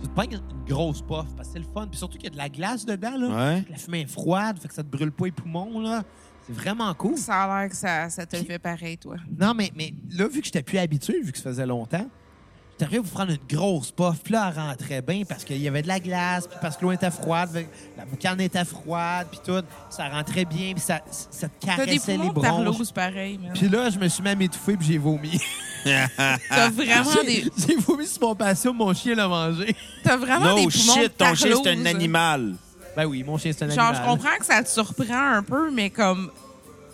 Speaker 2: Tu te prends une grosse puff parce que c'est le fun. Puis surtout qu'il y a de la glace dedans, là.
Speaker 1: Ouais.
Speaker 2: La fumée est froide, fait que ça te brûle pas les poumons, là. C'est vraiment cool.
Speaker 3: Ça a l'air que ça, ça te le fait pareil, toi.
Speaker 2: Non, mais, mais là, vu que j'étais plus habitué, vu que ça faisait longtemps, j'étais à vous prendre une grosse puff. Puis là, elle rentrait bien parce qu'il y avait de la glace, puis parce que l'eau était froide, fait que la boucane était froide, puis tout. Ça rentrait bien, puis ça, ça te
Speaker 3: T'as des
Speaker 2: caressait les
Speaker 3: poumons de
Speaker 2: bronches.
Speaker 3: tarlouse pareil, man.
Speaker 2: Puis là, je me suis même étouffé, puis j'ai vomi.
Speaker 3: T'as vraiment
Speaker 2: J'ai-
Speaker 3: des,
Speaker 2: J'ai vomi sur mon patio, mon chien l'a mangé.
Speaker 3: t'as vraiment des
Speaker 1: No
Speaker 3: poumons de
Speaker 1: shit, ton chien, c'est un
Speaker 3: tarlouse.
Speaker 1: animal.
Speaker 2: Ben oui, mon chien, c'est un
Speaker 3: Genre,
Speaker 2: animal.
Speaker 3: je comprends que ça te surprend un peu, mais comme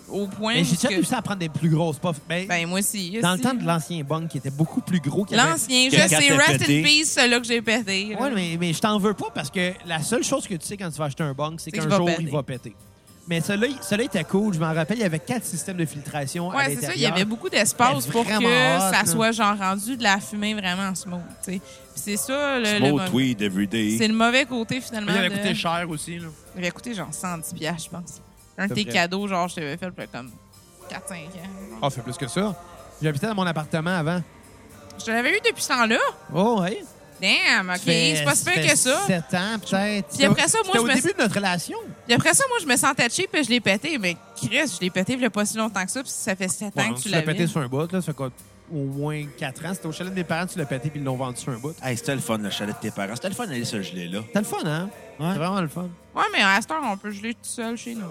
Speaker 3: au point
Speaker 2: Mais Ben, j'ai déjà
Speaker 3: que...
Speaker 2: réussi à prendre des plus grosses puffs. Ben,
Speaker 3: Ben, moi aussi.
Speaker 2: dans le
Speaker 3: aussi.
Speaker 2: temps de l'ancien bunk, qui était beaucoup plus gros qu'il y avait-
Speaker 3: L'ancien, je
Speaker 1: Quelqu'un
Speaker 3: sais,
Speaker 1: t'a
Speaker 3: rest in
Speaker 1: pété.
Speaker 3: peace, celui-là que j'ai pété. là.
Speaker 2: Ouais, mais, mais je t'en veux pas parce que la seule chose que tu sais quand tu vas acheter un bunk, c'est
Speaker 3: C'est qu'il
Speaker 2: qu'un
Speaker 3: va
Speaker 2: jour,
Speaker 3: péter.
Speaker 2: il va péter. Mais celui-là, il- celui-là était cool. Je m'en rappelle, il y avait quatre systèmes de filtration à
Speaker 3: Ouais, c'est ça. Il y avait beaucoup d'espace
Speaker 2: C'était
Speaker 3: pour que
Speaker 2: vraiment hot, là.
Speaker 3: ça soit genre rendu de la fumée vraiment smooth. tu sais. Puis c'est ça le, le
Speaker 1: Smoke
Speaker 3: mauvais-
Speaker 1: weed every
Speaker 3: c'est
Speaker 1: day.
Speaker 3: le mauvais côté finalement. de-
Speaker 2: cher aussi. Là.
Speaker 3: Il avait coûté genre 110 piastres, je pense. Un de
Speaker 2: C'est
Speaker 3: tes
Speaker 2: vrai.
Speaker 3: cadeaux, genre je t'avais fait là, comme 4-5 ans.
Speaker 2: Ah, fait plus que ça. J'habitais dans mon appartement avant.
Speaker 3: Je te l'avais eu depuis ce temps-là.
Speaker 2: Oh, ouais.
Speaker 3: Damn, ok.
Speaker 2: Ça fait-
Speaker 3: C'est pas si pire
Speaker 2: fait
Speaker 3: que ça.
Speaker 2: 7 ans, peut-être.
Speaker 3: Puis après ça, moi,
Speaker 2: C'était
Speaker 3: je
Speaker 2: au
Speaker 3: me-
Speaker 2: début de notre relation.
Speaker 3: Puis après ça, moi, je me sentais cheap et je l'ai pété. Mais Chris, je l'ai pété il y a pas si longtemps que ça. Puis ça fait 7 ans
Speaker 2: Ouais,
Speaker 3: que tu
Speaker 2: tu l'as
Speaker 3: l'avais.
Speaker 2: pété sur un bout, là, ça fait au moins 4 ans. C'était au chalet de mes parents, tu l'as pété puis ils l'ont vendu sur un bout.
Speaker 1: Hey, c'était le fun, le chalet de tes parents. C'était le fun d'aller se geler là.
Speaker 2: C'était le fun, hein?
Speaker 1: Ouais.
Speaker 2: C'était vraiment le fun.
Speaker 3: Ouais, mais à cette heure, on peut geler tout seul chez nous.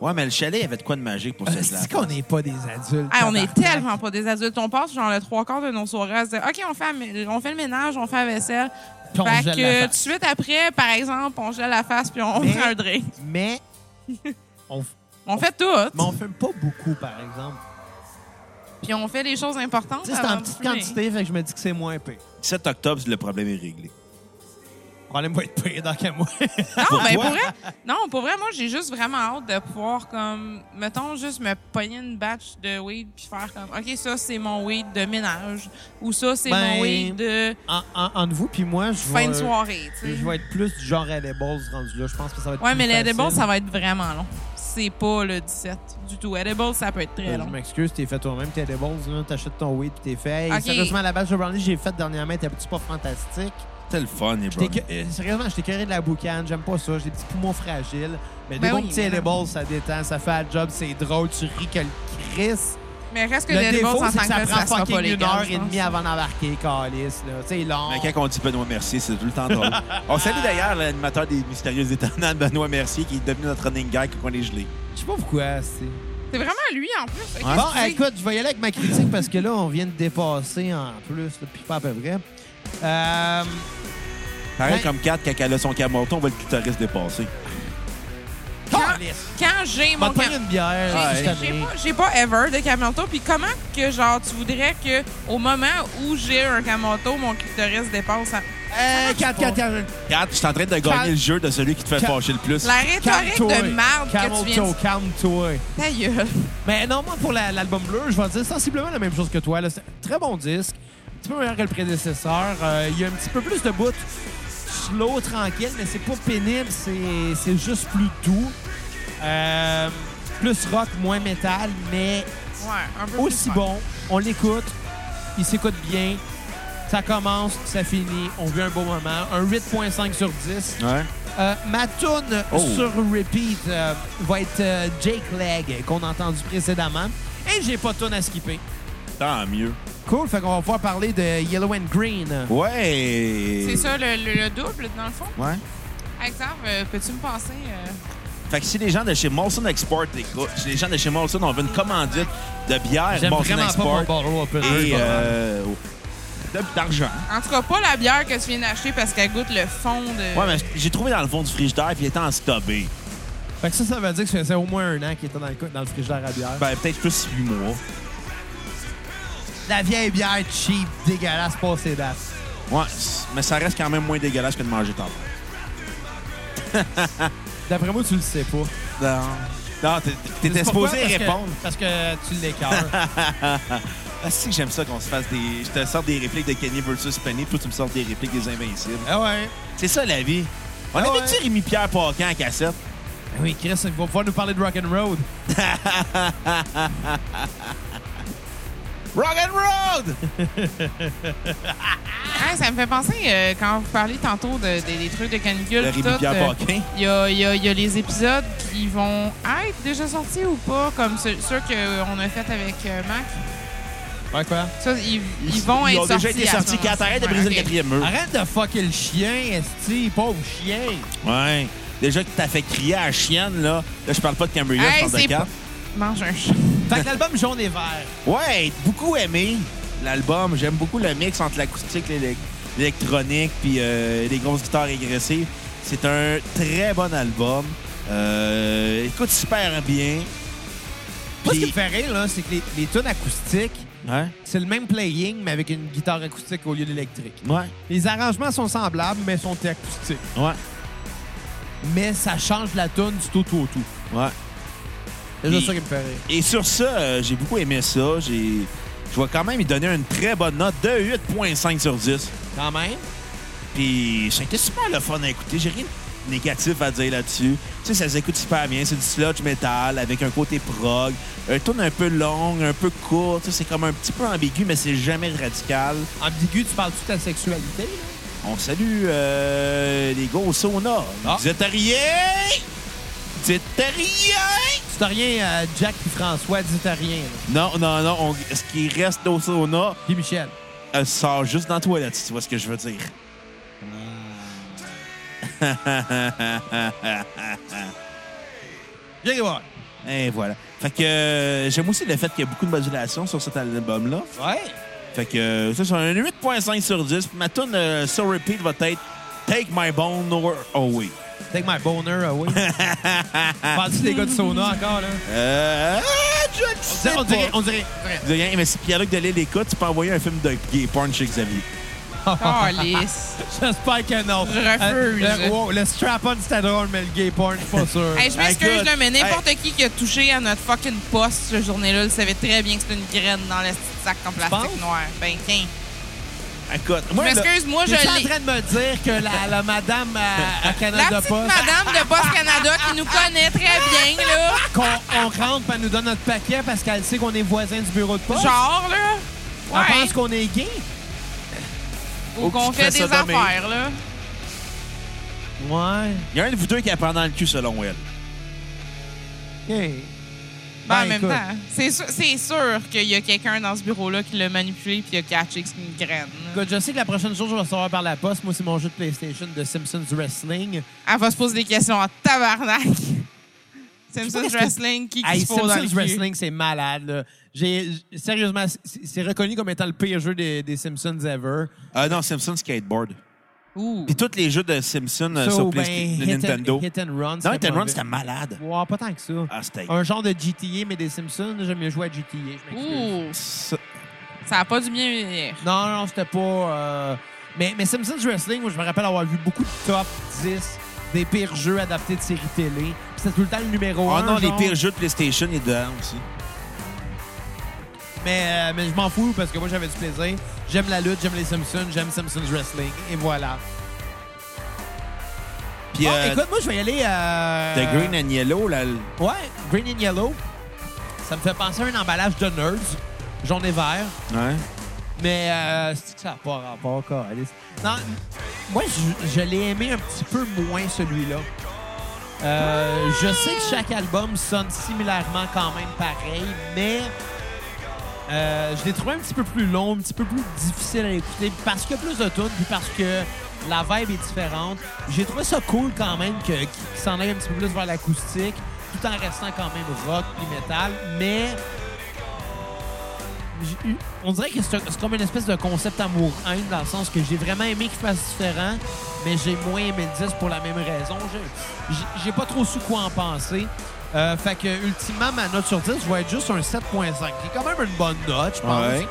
Speaker 1: Ouais, mais le chalet, il y avait de quoi de magique pour se geler.
Speaker 2: Ah, C'est qu'on n'est pas des adultes.
Speaker 3: Hey, Ah, on est
Speaker 2: tabarnak.
Speaker 3: tellement pas des adultes. On passe genre le trois quarts de nos soirées à se dire OK, on fait, la- on fait le ménage, on fait la vaisselle.
Speaker 2: Puis on
Speaker 3: fait
Speaker 2: gèle
Speaker 3: que
Speaker 2: la
Speaker 3: euh, tout de
Speaker 2: face.
Speaker 3: suite après, par exemple, on gèle la face puis on
Speaker 2: Mais-
Speaker 3: prend un drink.
Speaker 2: Mais on, f-
Speaker 3: On fait tout.
Speaker 2: mais on fume pas beaucoup, par exemple.
Speaker 3: Puis on fait les choses importantes.
Speaker 2: Tu sais, c'est
Speaker 3: avant
Speaker 2: en
Speaker 3: de
Speaker 2: petite
Speaker 3: fumer.
Speaker 2: quantité, fait que je me dis que c'est moins pire.
Speaker 1: 7 octobre, le problème est réglé.
Speaker 2: Le problème va être pire dans qu'à moi.
Speaker 3: Non, ben,
Speaker 1: Pourquoi?
Speaker 3: pour vrai, non, pour vrai, moi, j'ai juste vraiment hâte de pouvoir, comme, mettons, juste me pogner une batch de weed puis faire comme, OK, ça, c'est mon weed de ménage ou ça, c'est
Speaker 2: Ben,
Speaker 3: mon weed de
Speaker 2: en, en- entre vous puis moi, je
Speaker 3: fin
Speaker 2: vais,
Speaker 3: de soirée. tu sais.
Speaker 2: je vais être plus du genre Edibles rendu là. Je pense que ça va être
Speaker 3: Ouais,
Speaker 2: plus
Speaker 3: mais
Speaker 2: facile.
Speaker 3: l'edible, ça va être vraiment long. C'est pas le 17 du tout. Edible, ça peut être très
Speaker 2: Euh, Je
Speaker 3: long.
Speaker 2: m'excuse, t'es fait toi-même, t'es Edibles, là, t'achètes ton weed puis t'es fait. Hey,
Speaker 3: Ok.
Speaker 2: Sérieusement, la batch de brownie que j'ai faite dernièrement était petit pas fantastique.
Speaker 1: C'était le fun, les bro.
Speaker 2: J'étais que- euh, sérieusement, j'étais curé de la boucane, j'aime pas ça, j'ai des petits poumons fragiles. Mais des
Speaker 3: Ben
Speaker 2: bons
Speaker 3: oui,
Speaker 2: petits
Speaker 3: mais non.
Speaker 2: Edibles, ça détend, ça fait la job, c'est drôle, tu ris que le Chris.
Speaker 3: Mais reste que
Speaker 2: Le
Speaker 3: l'edible,
Speaker 2: défaut,
Speaker 3: en
Speaker 2: c'est
Speaker 3: tant
Speaker 2: que
Speaker 3: que
Speaker 2: ça
Speaker 3: tel, ça
Speaker 2: prend
Speaker 3: sera pas
Speaker 2: fucking une
Speaker 3: légal.
Speaker 2: heure
Speaker 3: je
Speaker 2: et demie
Speaker 3: pense.
Speaker 2: avant d'embarquer, Calis. là. C'est long.
Speaker 1: Mais quand on dit Benoît Mercier, c'est tout le temps drôle. on salue d'ailleurs l'animateur des Mystérieux Éternels, Benoît Mercier, qui est devenu notre running gag quand on est gelé.
Speaker 2: Je sais pas pourquoi. c'est-
Speaker 3: C'est vraiment lui, en plus. Ok,
Speaker 2: Bon,
Speaker 3: c'est-
Speaker 2: écoute, je vais y aller avec ma critique parce que là, on vient de dépasser en plus, là, puis pas à peu près. Euh,
Speaker 1: Pareil
Speaker 2: Ouais.
Speaker 1: comme 4, quand elle a son camoton, on va le clitoris dépasser.
Speaker 2: Calis!
Speaker 3: Quand j'ai
Speaker 2: Va
Speaker 3: mon
Speaker 2: te prendre
Speaker 3: cam-
Speaker 2: une bière.
Speaker 1: Ouais.
Speaker 2: je
Speaker 3: j'ai-
Speaker 2: t'en ai.
Speaker 3: j'ai pas- j'ai pas ever de camonto. Puis comment que, genre, tu voudrais que au moment où j'ai un camonto, mon clitoris dépasse à...
Speaker 2: Euh,
Speaker 3: Ça marche
Speaker 2: 4, 4, 4.
Speaker 1: 4, je suis en train de gagner
Speaker 2: Quatre.
Speaker 1: le jeu de celui qui te fait
Speaker 2: Quatre.
Speaker 1: fâcher le plus.
Speaker 3: La rhétorique
Speaker 2: Calme-toi.
Speaker 3: de marde que tu viens
Speaker 2: Calme-toi,
Speaker 3: de...
Speaker 2: calme-toi.
Speaker 3: Ta gueule.
Speaker 2: Mais non, moi, pour la- l'album bleu, je vais dire sensiblement la même chose que toi. là. C'est un très bon disque, un petit peu meilleur que le prédécesseur. Euh, Il y a un petit peu plus de bouts slow, tranquille, mais c'est pas pénible, c'est c'est juste plus doux. Euh, plus rock, moins métal, mais
Speaker 3: Ouais, un peu plus
Speaker 2: aussi
Speaker 3: fort.
Speaker 2: bon. On l'écoute, il s'écoute bien. Ça commence, ça finit. On vit un beau moment. Un 8.5 sur 10.
Speaker 1: Ouais.
Speaker 2: Euh, ma tune
Speaker 1: Oh.
Speaker 2: sur repeat euh, va être euh, Jake Leg qu'on a entendu précédemment. Et j'ai pas de tune à skipper.
Speaker 1: Tant mieux.
Speaker 2: Cool, fait qu'on va pouvoir parler de Yellow and Green.
Speaker 1: Ouais.
Speaker 3: C'est ça, le, le- le double, dans le fond.
Speaker 1: Ouais.
Speaker 3: Exemple, peux-tu me passer... euh,
Speaker 1: Fait que si les gens de chez Molson Export écoutent, si les gens de chez Molson ont une commandite de bière
Speaker 2: J'aime
Speaker 1: Molson
Speaker 2: vraiment
Speaker 1: Export
Speaker 2: pas mon bottle opener.
Speaker 1: et
Speaker 2: pas
Speaker 1: euh, de- d'argent.
Speaker 3: En tout cas, pas la bière que tu viens d'acheter parce qu'elle goûte le fond de.
Speaker 1: Ouais, mais j'ai trouvé dans le fond du frigidaire puis il était en stubé.
Speaker 2: mal. Fait que ça, ça veut dire que ça faisait au moins un an qu'il était dans le, co- dans le frigidaire à bière.
Speaker 1: Ben, peut-être plus 8 mois.
Speaker 2: La vieille bière cheap, dégueulasse, passée date.
Speaker 1: Ouais, c- mais ça reste quand même moins dégueulasse que de manger tard.
Speaker 2: D'après moi, tu le sais pas.
Speaker 1: Non. Non, t'es- t'étais
Speaker 2: C'est pourquoi?
Speaker 1: supposé
Speaker 2: Parce que-
Speaker 1: répondre.
Speaker 2: Parce que tu l'écœures.
Speaker 1: Ah, si que j'aime ça qu'on se fasse des. Je te sors des répliques de Kenny versus Penny, toi tu me sors des répliques des Invincibles.
Speaker 2: ah ouais.
Speaker 1: C'est ça la vie. On
Speaker 2: Ah
Speaker 1: avait-tu
Speaker 2: ouais.
Speaker 1: Rémi Pierre Paquin en cassette?
Speaker 2: Ben oui, Chris, il va pouvoir nous parler de Rock'n'Road.
Speaker 1: Rock and Road!
Speaker 3: Ah, ça me fait penser, euh, quand vous parlez tantôt de- de- des trucs de canicule,
Speaker 1: Le
Speaker 3: pis
Speaker 1: Rémi
Speaker 3: tout,
Speaker 1: Pierre
Speaker 3: euh,
Speaker 1: Paquin.
Speaker 3: il y a, il y a- il y a les épisodes qui vont être déjà sortis ou pas, comme ceux, ceux qu'on a fait avec euh, Mac.
Speaker 2: Ouais, quoi?
Speaker 3: Ça, ils, ils vont
Speaker 1: Ils
Speaker 3: être
Speaker 1: ont déjà
Speaker 3: sortis.
Speaker 1: été
Speaker 3: à ce
Speaker 1: sortis.
Speaker 3: moment-ci.
Speaker 1: Quand t'arrêtes de
Speaker 3: Ouais,
Speaker 1: briser
Speaker 3: ok.
Speaker 1: le quatrième mur.
Speaker 2: Arrête de fucker le chien, esti, pauvre chien.
Speaker 1: Ouais. Déjà que t'as fait crier à la chienne, là. Là, je parle pas de Cambria,
Speaker 3: Hey,
Speaker 1: je parle
Speaker 3: c'est
Speaker 1: de Cap.
Speaker 3: Mange un chat.
Speaker 2: Fait que l'album jaune et vert.
Speaker 1: Ouais, beaucoup aimé l'album. J'aime beaucoup le mix entre l'acoustique, l'élec- l'électronique, puis euh, les grosses guitares régressives. C'est un très bon album. Euh, écoute super bien.
Speaker 2: Moi, ce
Speaker 1: Puis-
Speaker 2: qui
Speaker 1: hein?
Speaker 2: me fait rire, là, c'est que les, les tunes acoustiques,
Speaker 1: Ouais,
Speaker 2: c'est le même playing, mais avec une guitare acoustique au lieu d'électrique.
Speaker 1: ouais,
Speaker 2: Les arrangements sont semblables, mais sont acoustiques.
Speaker 1: ouais,
Speaker 2: Mais ça change la tune du tout au tout.
Speaker 1: ouais.
Speaker 2: C'est juste
Speaker 1: Et-
Speaker 2: ça qui me fait rire.
Speaker 1: Et sur ça, euh, j'ai beaucoup aimé ça. J'ai, je vais quand même y donner une très bonne note de 8.5 sur 10.
Speaker 2: Quand même.
Speaker 1: Puis c'était super le fun à écouter. J'ai rien de négatif à dire là-dessus. Tu sais, ça s'écoute super bien. C'est du sludge metal avec un côté prog. Un tourne un peu long, un peu court. Tu sais, C'est comme un petit peu ambigu, mais c'est jamais radical.
Speaker 2: Ambigu, tu parles-tu de ta sexualité? là?
Speaker 1: On salue euh, les gars au sauna.
Speaker 2: Ah.
Speaker 1: Vous êtes à rien! Vous êtes à rien!
Speaker 2: Tu t'as rien, euh, Jack et François, dis t'as rien. là.
Speaker 1: Non, non, non. on- ce qui reste au sauna
Speaker 2: Puis Michel.
Speaker 1: euh, sort juste dans la toilette, si tu vois ce que je veux dire.
Speaker 2: Viens les voir.
Speaker 1: Et voilà. Fait que euh, j'aime aussi le fait qu'il y a beaucoup de modulation sur cet album-là.
Speaker 2: Ouais.
Speaker 1: Fait que euh, ça, c'est un 8.5 sur 10. Puis Ma tune euh, sur repeat va être Take My Bone Oh or Away.
Speaker 2: Take my boner away. Parles-tu des gars de sauna encore, là?
Speaker 1: Euh, je le
Speaker 2: On
Speaker 1: sais
Speaker 2: dirait, on dirait,
Speaker 1: pas.
Speaker 2: on dirait.
Speaker 1: De rien, mais si Pierre-Luc Delisle écoute, tu peux envoyer un film de gay porn chez Xavier.
Speaker 3: Calice.
Speaker 2: J'espère que non. Euh,
Speaker 3: Je refuse.
Speaker 2: le, wow, le strap-on, c'était drôle, mais le gay porn, je suis pas sûr.
Speaker 3: Hey, je m'excuse,
Speaker 1: Écoute,
Speaker 3: là, mais n'importe qui qui a touché à notre fucking poste cette journée-là le savait très bien que c'était une graine dans le petit sac en
Speaker 2: penses?
Speaker 3: plastique noir. Ben, tiens.
Speaker 1: Écoute,
Speaker 3: Je
Speaker 1: moi, là,
Speaker 3: m'excuse, moi, je
Speaker 2: Tu es en
Speaker 3: l'ai.
Speaker 2: train de me dire que la, la madame euh, à, à
Speaker 3: La
Speaker 2: Canada
Speaker 3: petite
Speaker 2: Post,
Speaker 3: madame de Poste Canada qui nous connaît très bien, là.
Speaker 2: qu'on on rentre, puis elle nous donne notre paquet parce qu'elle sait qu'on est voisins du bureau de poste.
Speaker 3: Genre, là.
Speaker 2: elle
Speaker 3: Ouais.
Speaker 2: pense qu'on est gay.
Speaker 1: Ou
Speaker 3: Ou qu'on
Speaker 1: que tu te
Speaker 3: fait
Speaker 1: fais
Speaker 3: des
Speaker 1: sodomer.
Speaker 3: affaires, là.
Speaker 2: Ouais.
Speaker 1: il y a un de vous deux qui apprend dans le cul, selon elle.
Speaker 2: Hey.
Speaker 3: Ben, en
Speaker 2: Ben,
Speaker 3: même
Speaker 2: écoute.
Speaker 3: temps, c'est sûr, c'est sûr qu'il y a quelqu'un dans ce bureau-là qui l'a manipulé puis il a catché que c'est une graine.
Speaker 2: Écoute, je sais que la prochaine chose, je vais recevoir par la poste. Moi, c'est mon jeu de PlayStation de Simpsons Wrestling.
Speaker 3: Elle va se poser des questions en tabarnak.
Speaker 2: sais pas
Speaker 3: Simpsons
Speaker 2: qu'est-ce que-
Speaker 3: Wrestling, qui qui
Speaker 2: Hey,
Speaker 3: se pose dans le
Speaker 2: Simpsons
Speaker 3: cul.
Speaker 2: Wrestling, c'est malade. là. J'ai j- Sérieusement, c'est c'est reconnu comme étant le pire jeu des, des Simpsons ever.
Speaker 1: Ah non, Simpson Skateboard.
Speaker 3: Ouh.
Speaker 1: Puis tous les jeux de Simpson euh,
Speaker 2: So,
Speaker 1: sur
Speaker 2: ben,
Speaker 1: PlayStation,
Speaker 2: Hit and-
Speaker 1: Nintendo.
Speaker 2: Hit and Run,
Speaker 1: non, Hit and
Speaker 2: pas
Speaker 1: Run,
Speaker 2: mauvais.
Speaker 1: c'était malade.
Speaker 2: Ouais, pas tant que ça.
Speaker 1: Ah, c'était...
Speaker 2: Un genre de GTA, mais des Simpsons, j'aime mieux jouer à GTA. je m'excuse.
Speaker 3: Ouh.
Speaker 1: Ça-
Speaker 3: Ça a pas du bien venir.
Speaker 2: Non, non, c'était pas. euh, Mais, mais Simpsons Wrestling, moi, je me rappelle avoir vu beaucoup de top 10 des pires jeux adaptés de séries télé. Puis C'était tout le temps le numéro 1.
Speaker 1: Ah non, les pires jeux de PlayStation, il est dedans aussi.
Speaker 2: Mais, euh, mais je m'en fous parce que moi, j'avais du plaisir. J'aime la lutte, j'aime les Simpsons, j'aime Simpsons Wrestling. Et voilà.
Speaker 1: Puis
Speaker 2: Ah,
Speaker 1: euh,
Speaker 2: écoute, moi, je vais y aller. Euh...
Speaker 1: The Green and Yellow, là, le-
Speaker 2: Ouais, Green and Yellow. Ça me fait penser à un emballage de Nerds, jaune et vert.
Speaker 1: Ouais.
Speaker 2: Mais euh, c'est que ça n'a pas rapport, câlisse. Non, moi, je, je l'ai aimé un petit peu moins, celui-là. Euh, je sais que chaque album sonne similairement quand même pareil, mais euh, je l'ai trouvé un petit peu plus long, un petit peu plus difficile à écouter, parce qu'il y a plus de tunes, puis parce que la vibe est différente. J'ai trouvé ça cool quand même que- qu'il s'en aille un petit peu plus vers l'acoustique, tout en restant quand même rock puis métal, mais... J'ai eu- On dirait que c'est un- c'est comme une espèce de concept amour-haine, dans le sens que j'ai vraiment aimé qu'il fasse différent, mais j'ai moins aimé le 10 pour la même raison. J'ai- j'ai- J'ai pas trop su quoi en penser. Euh, fait que, ultimement, ma note sur 10 va être juste un 7.5, qui est quand même une bonne note, je pense.
Speaker 1: Ouais.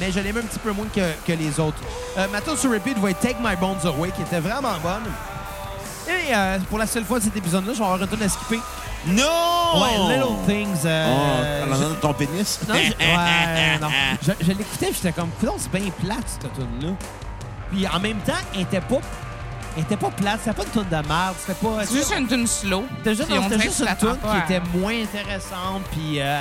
Speaker 2: Mais je l'aime un petit peu moins que, que les autres. Euh, ma tune sur repeat va être Take My Bones Away, qui était vraiment bonne. Et euh, pour la seule fois de cet épisode-là, je vais avoir un tour à skipper.
Speaker 1: Non!
Speaker 2: Ouais, Little Things.
Speaker 1: Oh,
Speaker 2: euh,
Speaker 1: parlant de ton pénis?
Speaker 2: non, je, ouais, non. Je, je l'écoutais, puis j'étais comme, coudonc, c'est bien plate, cette tune là Puis en même temps, elle était pas, elle était pas plate, c'était pas une tune de merde, c'était pas.
Speaker 3: C'est juste une tune slow.
Speaker 2: C'était juste,
Speaker 3: Puis on
Speaker 2: c'était
Speaker 3: dirait
Speaker 2: juste
Speaker 3: que tu
Speaker 2: une
Speaker 3: t'attends
Speaker 2: tune
Speaker 3: pas hein.
Speaker 2: qui
Speaker 3: à-
Speaker 2: était moins intéressante, puis euh,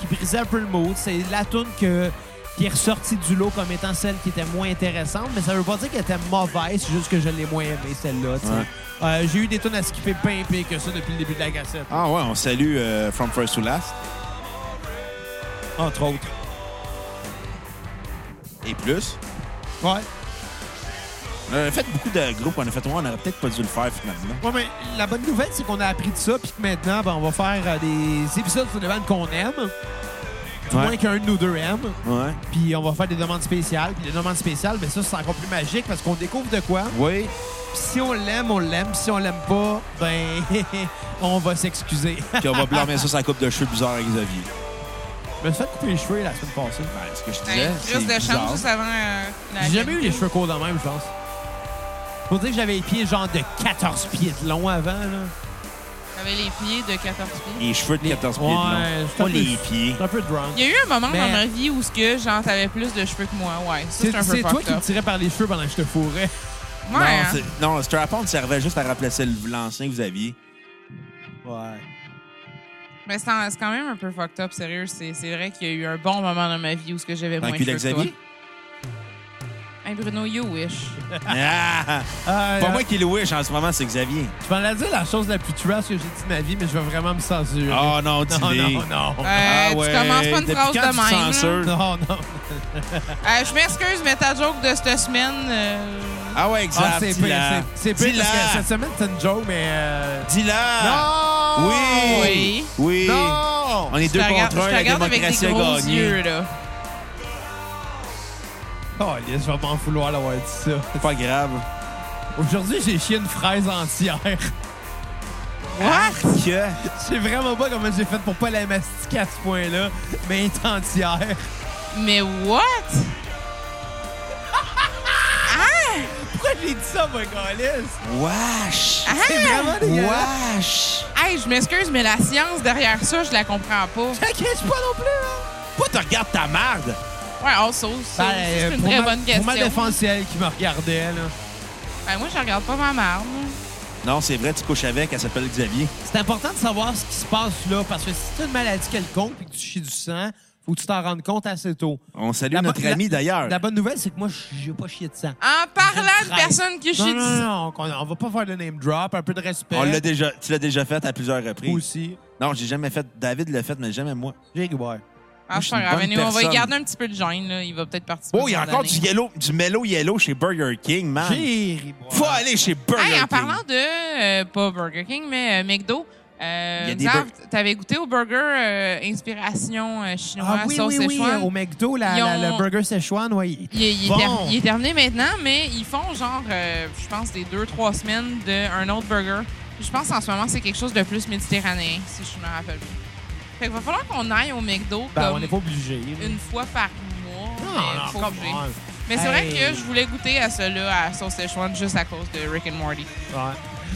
Speaker 2: qui brisait un peu le mood. C'est la tune que qui est ressortie du lot comme étant celle qui était moins intéressante, mais ça veut pas dire qu'elle était mauvaise, c'est juste que je l'ai moins aimée, celle-là. tu sais.
Speaker 1: Ouais.
Speaker 2: Euh, J'ai eu des tonnes à skipper bien pire que ça depuis le début de la cassette,
Speaker 1: Ah ouais, on salue euh, From First to Last
Speaker 2: entre autres.
Speaker 1: et plus.
Speaker 2: Ouais.
Speaker 1: On a fait beaucoup de groupes, on a fait, ouais, on aurait peut-être pas dû le faire finalement.
Speaker 2: Ouais, mais la bonne nouvelle, c'est qu'on a appris de ça, puis que maintenant, ben, on va faire euh, des épisodes sur les bandes qu'on aime, du
Speaker 1: Ouais.
Speaker 2: moins qu'un de nous deux aime,
Speaker 1: Ouais.
Speaker 2: puis on va faire des demandes spéciales. Puis les demandes spéciales, ben ça, c'est encore plus magique parce qu'on découvre de quoi.
Speaker 1: Oui.
Speaker 2: Puis si on l'aime, on l'aime. Si on l'aime pas, ben, on va s'excuser.
Speaker 1: Puis on va blâmer ça sur la coupe de cheveux bizarre avec Xavier.
Speaker 2: Je me suis fait couper les cheveux la semaine passée.
Speaker 1: Ben, ce que je disais.
Speaker 3: Hey,
Speaker 1: c'est
Speaker 3: Chris de
Speaker 1: bizarre.
Speaker 3: chambre juste avant euh, la.
Speaker 2: J'ai jamais eu les cheveux courts de même, je pense. Faut dire que j'avais les pieds genre de 14 pieds de long avant, là.
Speaker 3: J'avais les pieds de 14 pieds.
Speaker 1: Les cheveux de 14 pieds de
Speaker 2: Ouais,
Speaker 1: long.
Speaker 2: c'est un
Speaker 1: Pas
Speaker 2: peu-
Speaker 1: les pieds.
Speaker 2: C'est un peu drunk.
Speaker 3: Il y a eu un moment
Speaker 2: Mais-
Speaker 3: dans ma vie où ce que genre t'avais plus de cheveux que moi, ouais. Ça,
Speaker 2: C'est
Speaker 3: C'est un peu
Speaker 2: c'est toi
Speaker 3: fucked
Speaker 2: qui me
Speaker 3: up.
Speaker 2: tirais par les cheveux pendant que je te fourrais.
Speaker 3: Ouais, hein.
Speaker 1: Non, c'est- non, le strap-on servait juste à remplacer le- l'ancien que vous aviez.
Speaker 2: Ouais.
Speaker 3: mais c'est en- c'est quand même un peu fucked up, sérieux. C'est c'est vrai qu'il y a eu un bon moment dans ma vie où ce que j'avais
Speaker 1: Dans
Speaker 3: moins
Speaker 1: le
Speaker 3: de
Speaker 1: cul de
Speaker 3: cheveux que toi.
Speaker 1: Xavier?
Speaker 3: Hey Bruno, you wish.
Speaker 1: Ah!
Speaker 2: Euh,
Speaker 1: Pas moi qui le wish en ce moment, c'est Xavier.
Speaker 2: Je vais la dire la chose la plus trash que j'ai dit de ma vie, mais je vais vraiment me censurer.
Speaker 1: Oh non,
Speaker 2: non,
Speaker 1: dis-le.
Speaker 2: non, non.
Speaker 1: Ah
Speaker 3: Euh,
Speaker 1: ouais,
Speaker 3: Tu commences pas une
Speaker 1: depuis
Speaker 3: phrase
Speaker 1: quand
Speaker 3: de
Speaker 1: tu
Speaker 3: même. là.
Speaker 1: censures?
Speaker 2: Non, non.
Speaker 3: Euh, je m'excuse, mais ta joke de cette semaine. euh,
Speaker 1: Ah ouais,
Speaker 2: Ah,
Speaker 1: exact.
Speaker 2: c'est pire.
Speaker 1: Dis-la.
Speaker 2: C'est c'est pire parce que
Speaker 1: Dis-la.
Speaker 2: cette semaine, c'est une joke, mais... euh,
Speaker 1: Dis-la.
Speaker 2: Non!
Speaker 1: Oui.
Speaker 3: Oui.
Speaker 1: Ah. Oui.
Speaker 2: Non!
Speaker 1: On est
Speaker 3: je
Speaker 1: deux
Speaker 3: te regarde-
Speaker 1: contre un,
Speaker 3: je te
Speaker 1: la
Speaker 3: regarde avec
Speaker 1: démocratie
Speaker 3: des
Speaker 1: a
Speaker 3: gros
Speaker 1: gagné.
Speaker 3: yeux, là.
Speaker 2: Oh, yes, je vais m'en vouloir d'avoir dit ça.
Speaker 1: C'est pas grave.
Speaker 2: Aujourd'hui, j'ai chié une fraise entière.
Speaker 1: What? Que?
Speaker 2: Je sais vraiment pas comment j'ai fait pour pas la mastiquer à ce point-là, mais elle est entière.
Speaker 3: Mais what? Ah!
Speaker 2: Pourquoi j'ai dit ça, mon gars?
Speaker 1: Wesh.
Speaker 2: C'est vraiment dégueulasse.
Speaker 1: Wesh.
Speaker 3: Ah! Hey, je m'excuse, mais la science derrière ça, je la comprends pas.
Speaker 2: Je la cache pas non plus, hein?
Speaker 1: Pourquoi tu regardes ta marde?
Speaker 3: Ouais, on sauce.
Speaker 1: Ben,
Speaker 3: ça aussi,
Speaker 2: euh,
Speaker 3: c'est une
Speaker 2: pour
Speaker 3: très
Speaker 2: ma-
Speaker 3: bonne question.
Speaker 2: Pour ma défense, c'est elle qui me regardait, là.
Speaker 3: Ben, moi, je regarde pas ma marde.
Speaker 1: Non, c'est vrai, tu couches avec, elle s'appelle Xavier.
Speaker 2: C'est important de savoir ce qui se passe là, parce que si t'as une maladie quelconque et que tu chies du sang, faut que tu t'en rendes compte assez tôt.
Speaker 1: On salue
Speaker 2: La bo-
Speaker 1: notre
Speaker 2: la-
Speaker 1: ami d'ailleurs.
Speaker 2: La bonne nouvelle, c'est que moi, j'ai pas chié de sang.
Speaker 3: En parlant de
Speaker 2: Fraise.
Speaker 3: personnes qui
Speaker 2: Non,
Speaker 3: chient
Speaker 2: non,
Speaker 3: du...
Speaker 2: non, on, on va pas faire le name drop, un peu de respect.
Speaker 1: On l'a déjà, tu l'as déjà fait à plusieurs reprises.
Speaker 2: aussi.
Speaker 1: Non, j'ai jamais fait. David l'a fait, mais jamais moi.
Speaker 2: J'ai rigolé.
Speaker 3: Ah, c'est
Speaker 1: Moi, je suis une
Speaker 3: pas grave.
Speaker 1: bonne
Speaker 3: Anyway, On va y
Speaker 1: personne.
Speaker 3: garder un petit peu de gêne, là. Il va peut-être participer.
Speaker 1: Oh, il y a
Speaker 3: pendant
Speaker 1: encore du
Speaker 3: l'année.
Speaker 1: yellow, du mellow yellow chez Burger King, man.
Speaker 2: J'ai rigolé.
Speaker 1: Ah. Faut aller chez Burger
Speaker 3: Hey,
Speaker 1: King.
Speaker 3: en parlant de... euh, pas Burger King, mais euh, McDo...
Speaker 1: Il y a
Speaker 3: Euh,
Speaker 1: des
Speaker 3: Xav, t'avais goûté au burger euh, inspiration euh, chinois,
Speaker 2: Ah oui,
Speaker 3: sauce
Speaker 2: oui, oui,
Speaker 3: Szechuan.
Speaker 1: euh,
Speaker 2: au McDo, la-
Speaker 3: Ils
Speaker 2: la- le
Speaker 3: ont-
Speaker 2: burger Szechuan, oui.
Speaker 3: Il, est- il est
Speaker 2: Bon.
Speaker 3: ter- il est terminé maintenant, mais ils font genre, euh, je pense, des deux, trois semaines d'un autre burger. Puis Je pense en ce moment, c'est quelque chose de plus méditerranéen, si je me rappelle bien. Fait qu'il va falloir qu'on aille au McDo
Speaker 2: Ben, on
Speaker 3: comme
Speaker 2: n'est pas obligé. là.
Speaker 3: une fois par mois.
Speaker 2: Non,
Speaker 3: mais
Speaker 2: non,
Speaker 3: faut
Speaker 2: come
Speaker 3: que j'aille.
Speaker 2: on.
Speaker 3: Mais
Speaker 2: Hey.
Speaker 3: c'est vrai que je voulais goûter à cela à Sauce Szechuan juste à cause de Rick and Morty.
Speaker 2: Ouais.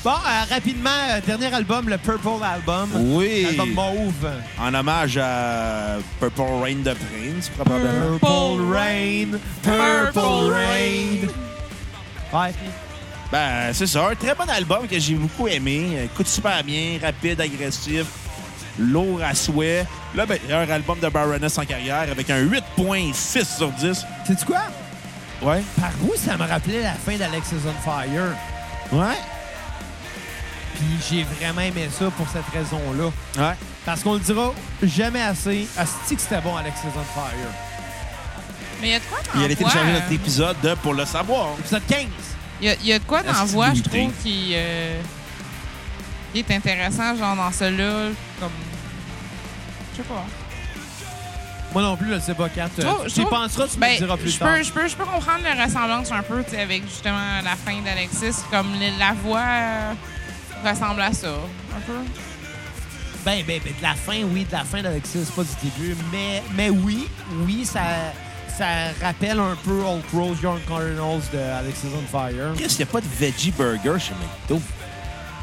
Speaker 2: Bon, euh, rapidement, euh, dernier album, le Purple Album.
Speaker 1: Oui.
Speaker 2: L'album mauve.
Speaker 1: En hommage à Purple Rain de Prince, probablement.
Speaker 2: Purple Rain, Purple Rain. Ouais.
Speaker 1: Ben, c'est ça. Un très bon album que j'ai beaucoup aimé. Euh, Écoute super bien, rapide, agressif, lourd à souhait. Le meilleur album de Baroness en carrière avec un 8.6 sur 10.
Speaker 2: Sais-tu quoi?
Speaker 1: Ouais.
Speaker 2: Par où ça me rappelait la fin d'Alexis on Fire.
Speaker 1: Ouais.
Speaker 2: Puis j'ai vraiment aimé ça pour cette raison-là.
Speaker 1: Ouais.
Speaker 2: Parce qu'on le dira jamais assez. Asti que c'était bon, Alexis on Fire.
Speaker 3: Mais il y a de quoi
Speaker 1: Il
Speaker 3: dans
Speaker 1: allait
Speaker 3: la voix,
Speaker 1: télécharger
Speaker 3: euh,
Speaker 1: notre épisode de Pour le savoir.
Speaker 2: Épisode 15.
Speaker 3: Il y a- il y, a de quoi dans la
Speaker 1: Asti
Speaker 3: voix, je
Speaker 1: d'unité.
Speaker 3: trouve, qui, euh, qui est intéressant, genre dans cela, comme. Je sais pas.
Speaker 2: Moi non plus, je le sais pas, Kat.
Speaker 3: Je trouve-
Speaker 2: Euh, Tu
Speaker 3: je
Speaker 2: y
Speaker 3: trouve-
Speaker 2: penseras, tu me
Speaker 3: Ben,
Speaker 2: le diras plus
Speaker 3: je
Speaker 2: tard.
Speaker 3: peux, je, peux, je peux comprendre la ressemblance un peu tu sais, avec justement la fin d'Alexis, comme le- la voix euh, ressemble à ça, un peu.
Speaker 2: Ben, ben, ben, de la fin, oui, de la fin d'Alexis, pas du début. Mais, mais oui, oui, ça, ça rappelle un peu Old Rose, Young Cardinals de Alexis on Fire.
Speaker 1: Chris, il n'y a pas de veggie burger chez McDo.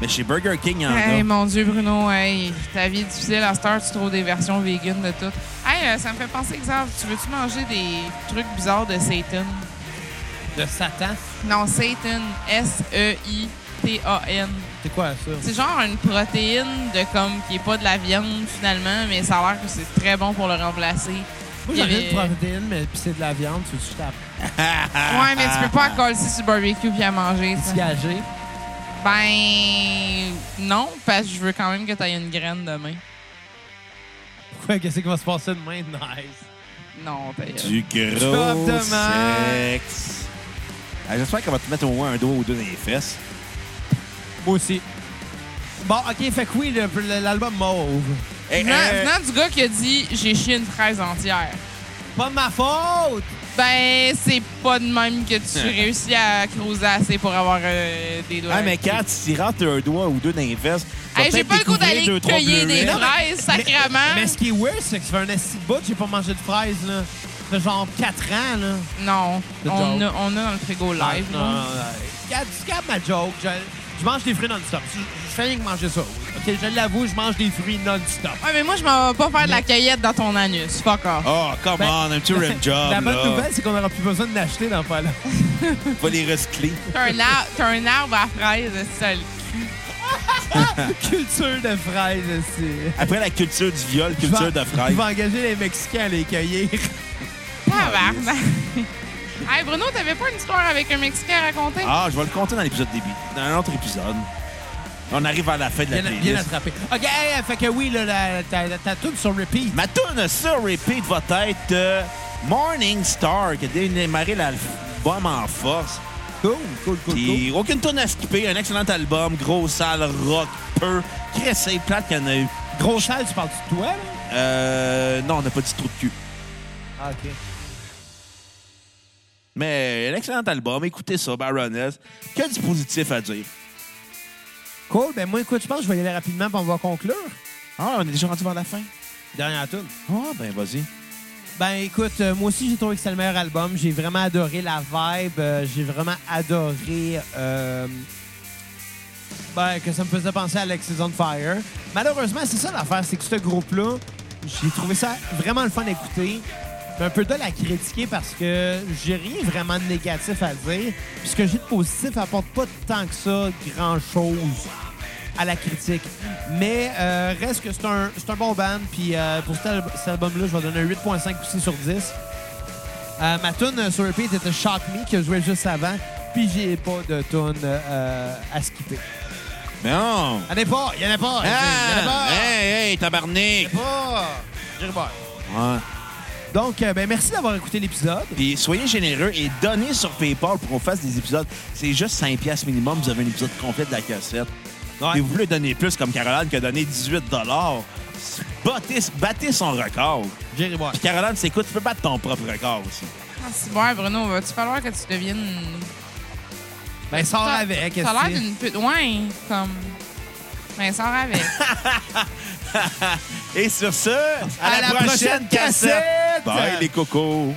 Speaker 1: Mais chez Burger King, il y en
Speaker 3: Hey,
Speaker 1: a.
Speaker 3: mon Dieu, Bruno, hey, ta vie est difficile à cette heure, tu trouves des versions véganes de tout. Hey, euh, ça me fait penser, exemple, tu veux-tu manger des trucs bizarres de Satan?
Speaker 2: De Satan.
Speaker 3: Non, Satan, E S-E-I-T-A-N.
Speaker 2: C'est quoi ça?
Speaker 3: C'est genre une protéine de comme qui est pas de la viande finalement, mais ça a l'air que c'est très bon pour le remplacer. Euh,
Speaker 2: Moi,
Speaker 3: Il y
Speaker 2: j'en ai
Speaker 3: avait-
Speaker 2: une protéine, mais puis c'est de la viande. Tu veux-tu taper?
Speaker 3: Ouais, mais tu peux pas coller sur le barbecue puis à manger. ça.
Speaker 2: Petit gagé.
Speaker 3: Ben non, parce que je veux quand même que tu aies une graine demain.
Speaker 2: Pourquoi? Qu'est-ce qui va se passer demain? Nice.
Speaker 3: Non, ta gueule.
Speaker 1: Du gros
Speaker 2: Top de main.
Speaker 1: sexe. Ah, J'espère qu'on va te mettre au moins un doigt ou deux dans les fesses.
Speaker 2: Moi aussi. Bon, OK, fait que oui, le- le- l'album Mauve.
Speaker 1: Hey,
Speaker 3: Venant,
Speaker 1: hey,
Speaker 3: venant du gars qui a dit j'ai chié une fraise entière.
Speaker 2: Pas de ma faute!
Speaker 3: Ben c'est pas de même que tu réussis à cruiser assez pour avoir euh, des doigts.
Speaker 1: Ah, mais quand tu t'y rentres un doigt ou deux dans les fesses, tu vas
Speaker 3: Hey, j'ai
Speaker 1: peut-être
Speaker 3: pas le goût
Speaker 1: découvrir
Speaker 3: d'aller
Speaker 1: deux, trois
Speaker 3: cueillir des
Speaker 1: bleuets.
Speaker 2: Non, mais-
Speaker 3: fraises, sacrement.
Speaker 2: Mais, mais ce qui est weird, c'est que ça fait un assis de bout, j'ai pas mangé de fraises, là. Ça fait genre 4 ans, là.
Speaker 3: Non,
Speaker 2: C'est
Speaker 3: on
Speaker 2: drôle.
Speaker 3: a, on a dans le frigo live.
Speaker 1: Ah,
Speaker 2: Non,
Speaker 3: là.
Speaker 2: non, non. Regarde, Tu captes ma joke. Je, je mange des fruits non-stop. Je, je fais rien que manger ça. oui. OK, je l'avoue, je mange des fruits non-stop.
Speaker 1: ah.
Speaker 3: Ouais, mais moi, je m'en vais pas faire de la cueillette dans ton anus. Fuck off.
Speaker 1: Oh, come
Speaker 2: Ben,
Speaker 1: on, un petit rim
Speaker 3: Oh,
Speaker 1: job.
Speaker 2: La bonne
Speaker 1: là.
Speaker 2: nouvelle, c'est qu'on n'aura plus besoin de l'acheter dans pas là.
Speaker 1: Faut les recycler.
Speaker 3: T'as un, ar- t'as un arbre à fraises, seul.
Speaker 2: Culture de fraises, c'est...
Speaker 1: Après la culture du viol,
Speaker 2: Je vais-
Speaker 1: culture de
Speaker 2: Je
Speaker 1: fraises.
Speaker 2: vais engager les Mexicains à les cueillir.
Speaker 1: Ah,
Speaker 3: Tabarnak. hey, Bruno, t'avais pas une histoire avec un Mexicain à raconter?
Speaker 1: Ah, je vais le compter dans l'épisode début. Dans un autre épisode. On arrive à la fin de la
Speaker 2: Bien, bien
Speaker 1: playlist.
Speaker 2: attrapé. OK, hey, fait que oui, là, la- ta, ta, ta toune sur repeat.
Speaker 1: Ma tune sur repeat va être euh, Morning Star, qui a démarré l'album en force.
Speaker 2: Cool, cool, cool,
Speaker 1: Puis aucune tune à skipper. Un excellent album. Gros sale, rock, peu. Cressé, plate qu'il y en a eu.
Speaker 2: Gros sale, tu parles de toi, là?
Speaker 1: Euh, non, on n'a pas dit trop de cul.
Speaker 2: Ah, OK.
Speaker 1: Mais un excellent album. Écoutez ça, Baroness. Que du positif à dire.
Speaker 2: Cool, ben moi, écoute, je pense que je vais y aller rapidement, puis on va conclure.
Speaker 1: Ah, on est déjà rendu vers la fin.
Speaker 2: Dernière toune.
Speaker 1: Ah, ben vas-y.
Speaker 2: Ben écoute, euh, moi aussi j'ai trouvé que c'était le meilleur album. J'ai vraiment adoré la vibe. euh, j'ai vraiment adoré euh, ben, que ça me faisait penser à Alexis on Fire. Malheureusement, c'est ça l'affaire, c'est que ce groupe-là, j'ai trouvé ça vraiment le fun d'écouter. J'ai un peu de la critiquer parce que j'ai rien vraiment de négatif à dire. Puis ce que j'ai de positif apporte pas tant que ça grand-chose à la critique. Mais euh, reste que c'est un, c'est un bon band. Puis euh, pour cet, al- cet album-là, je vais donner un 8.5 aussi sur 10. Euh, ma tune euh, sur repeat était Shock Me, que je jouais juste avant. Puis j'ai pas de tune euh, à skipper.
Speaker 1: Non!
Speaker 2: Y'en a pas! Y'en a pas! Y'en a
Speaker 1: Ah!
Speaker 2: pas!
Speaker 1: Hey, hey, tabarnak!
Speaker 2: Y'en a pas! Gilbert.
Speaker 1: Ouais.
Speaker 2: Donc, euh, ben, merci d'avoir écouté l'épisode.
Speaker 1: Puis soyez généreux et donnez sur PayPal pour qu'on fasse des épisodes. C'est juste 5 piastres minimum, vous avez un épisode complet de la cassette. Et vous voulez donner plus, comme Caroline qui a donné 18 battez, battez son record.
Speaker 2: Jerry Boy.
Speaker 1: Puis Caroline, c'est quoi? Tu peux battre ton propre record aussi.
Speaker 3: Ah, c'est bon, Bruno, va-tu falloir que tu deviennes. une-
Speaker 2: Ben, sors
Speaker 3: T'as-
Speaker 2: avec.
Speaker 3: T'as l'air d'une pute. Ouais, comme. Ben, sors avec.
Speaker 1: Et sur ce, à, la, prochaine, cassette! Bye les cocos!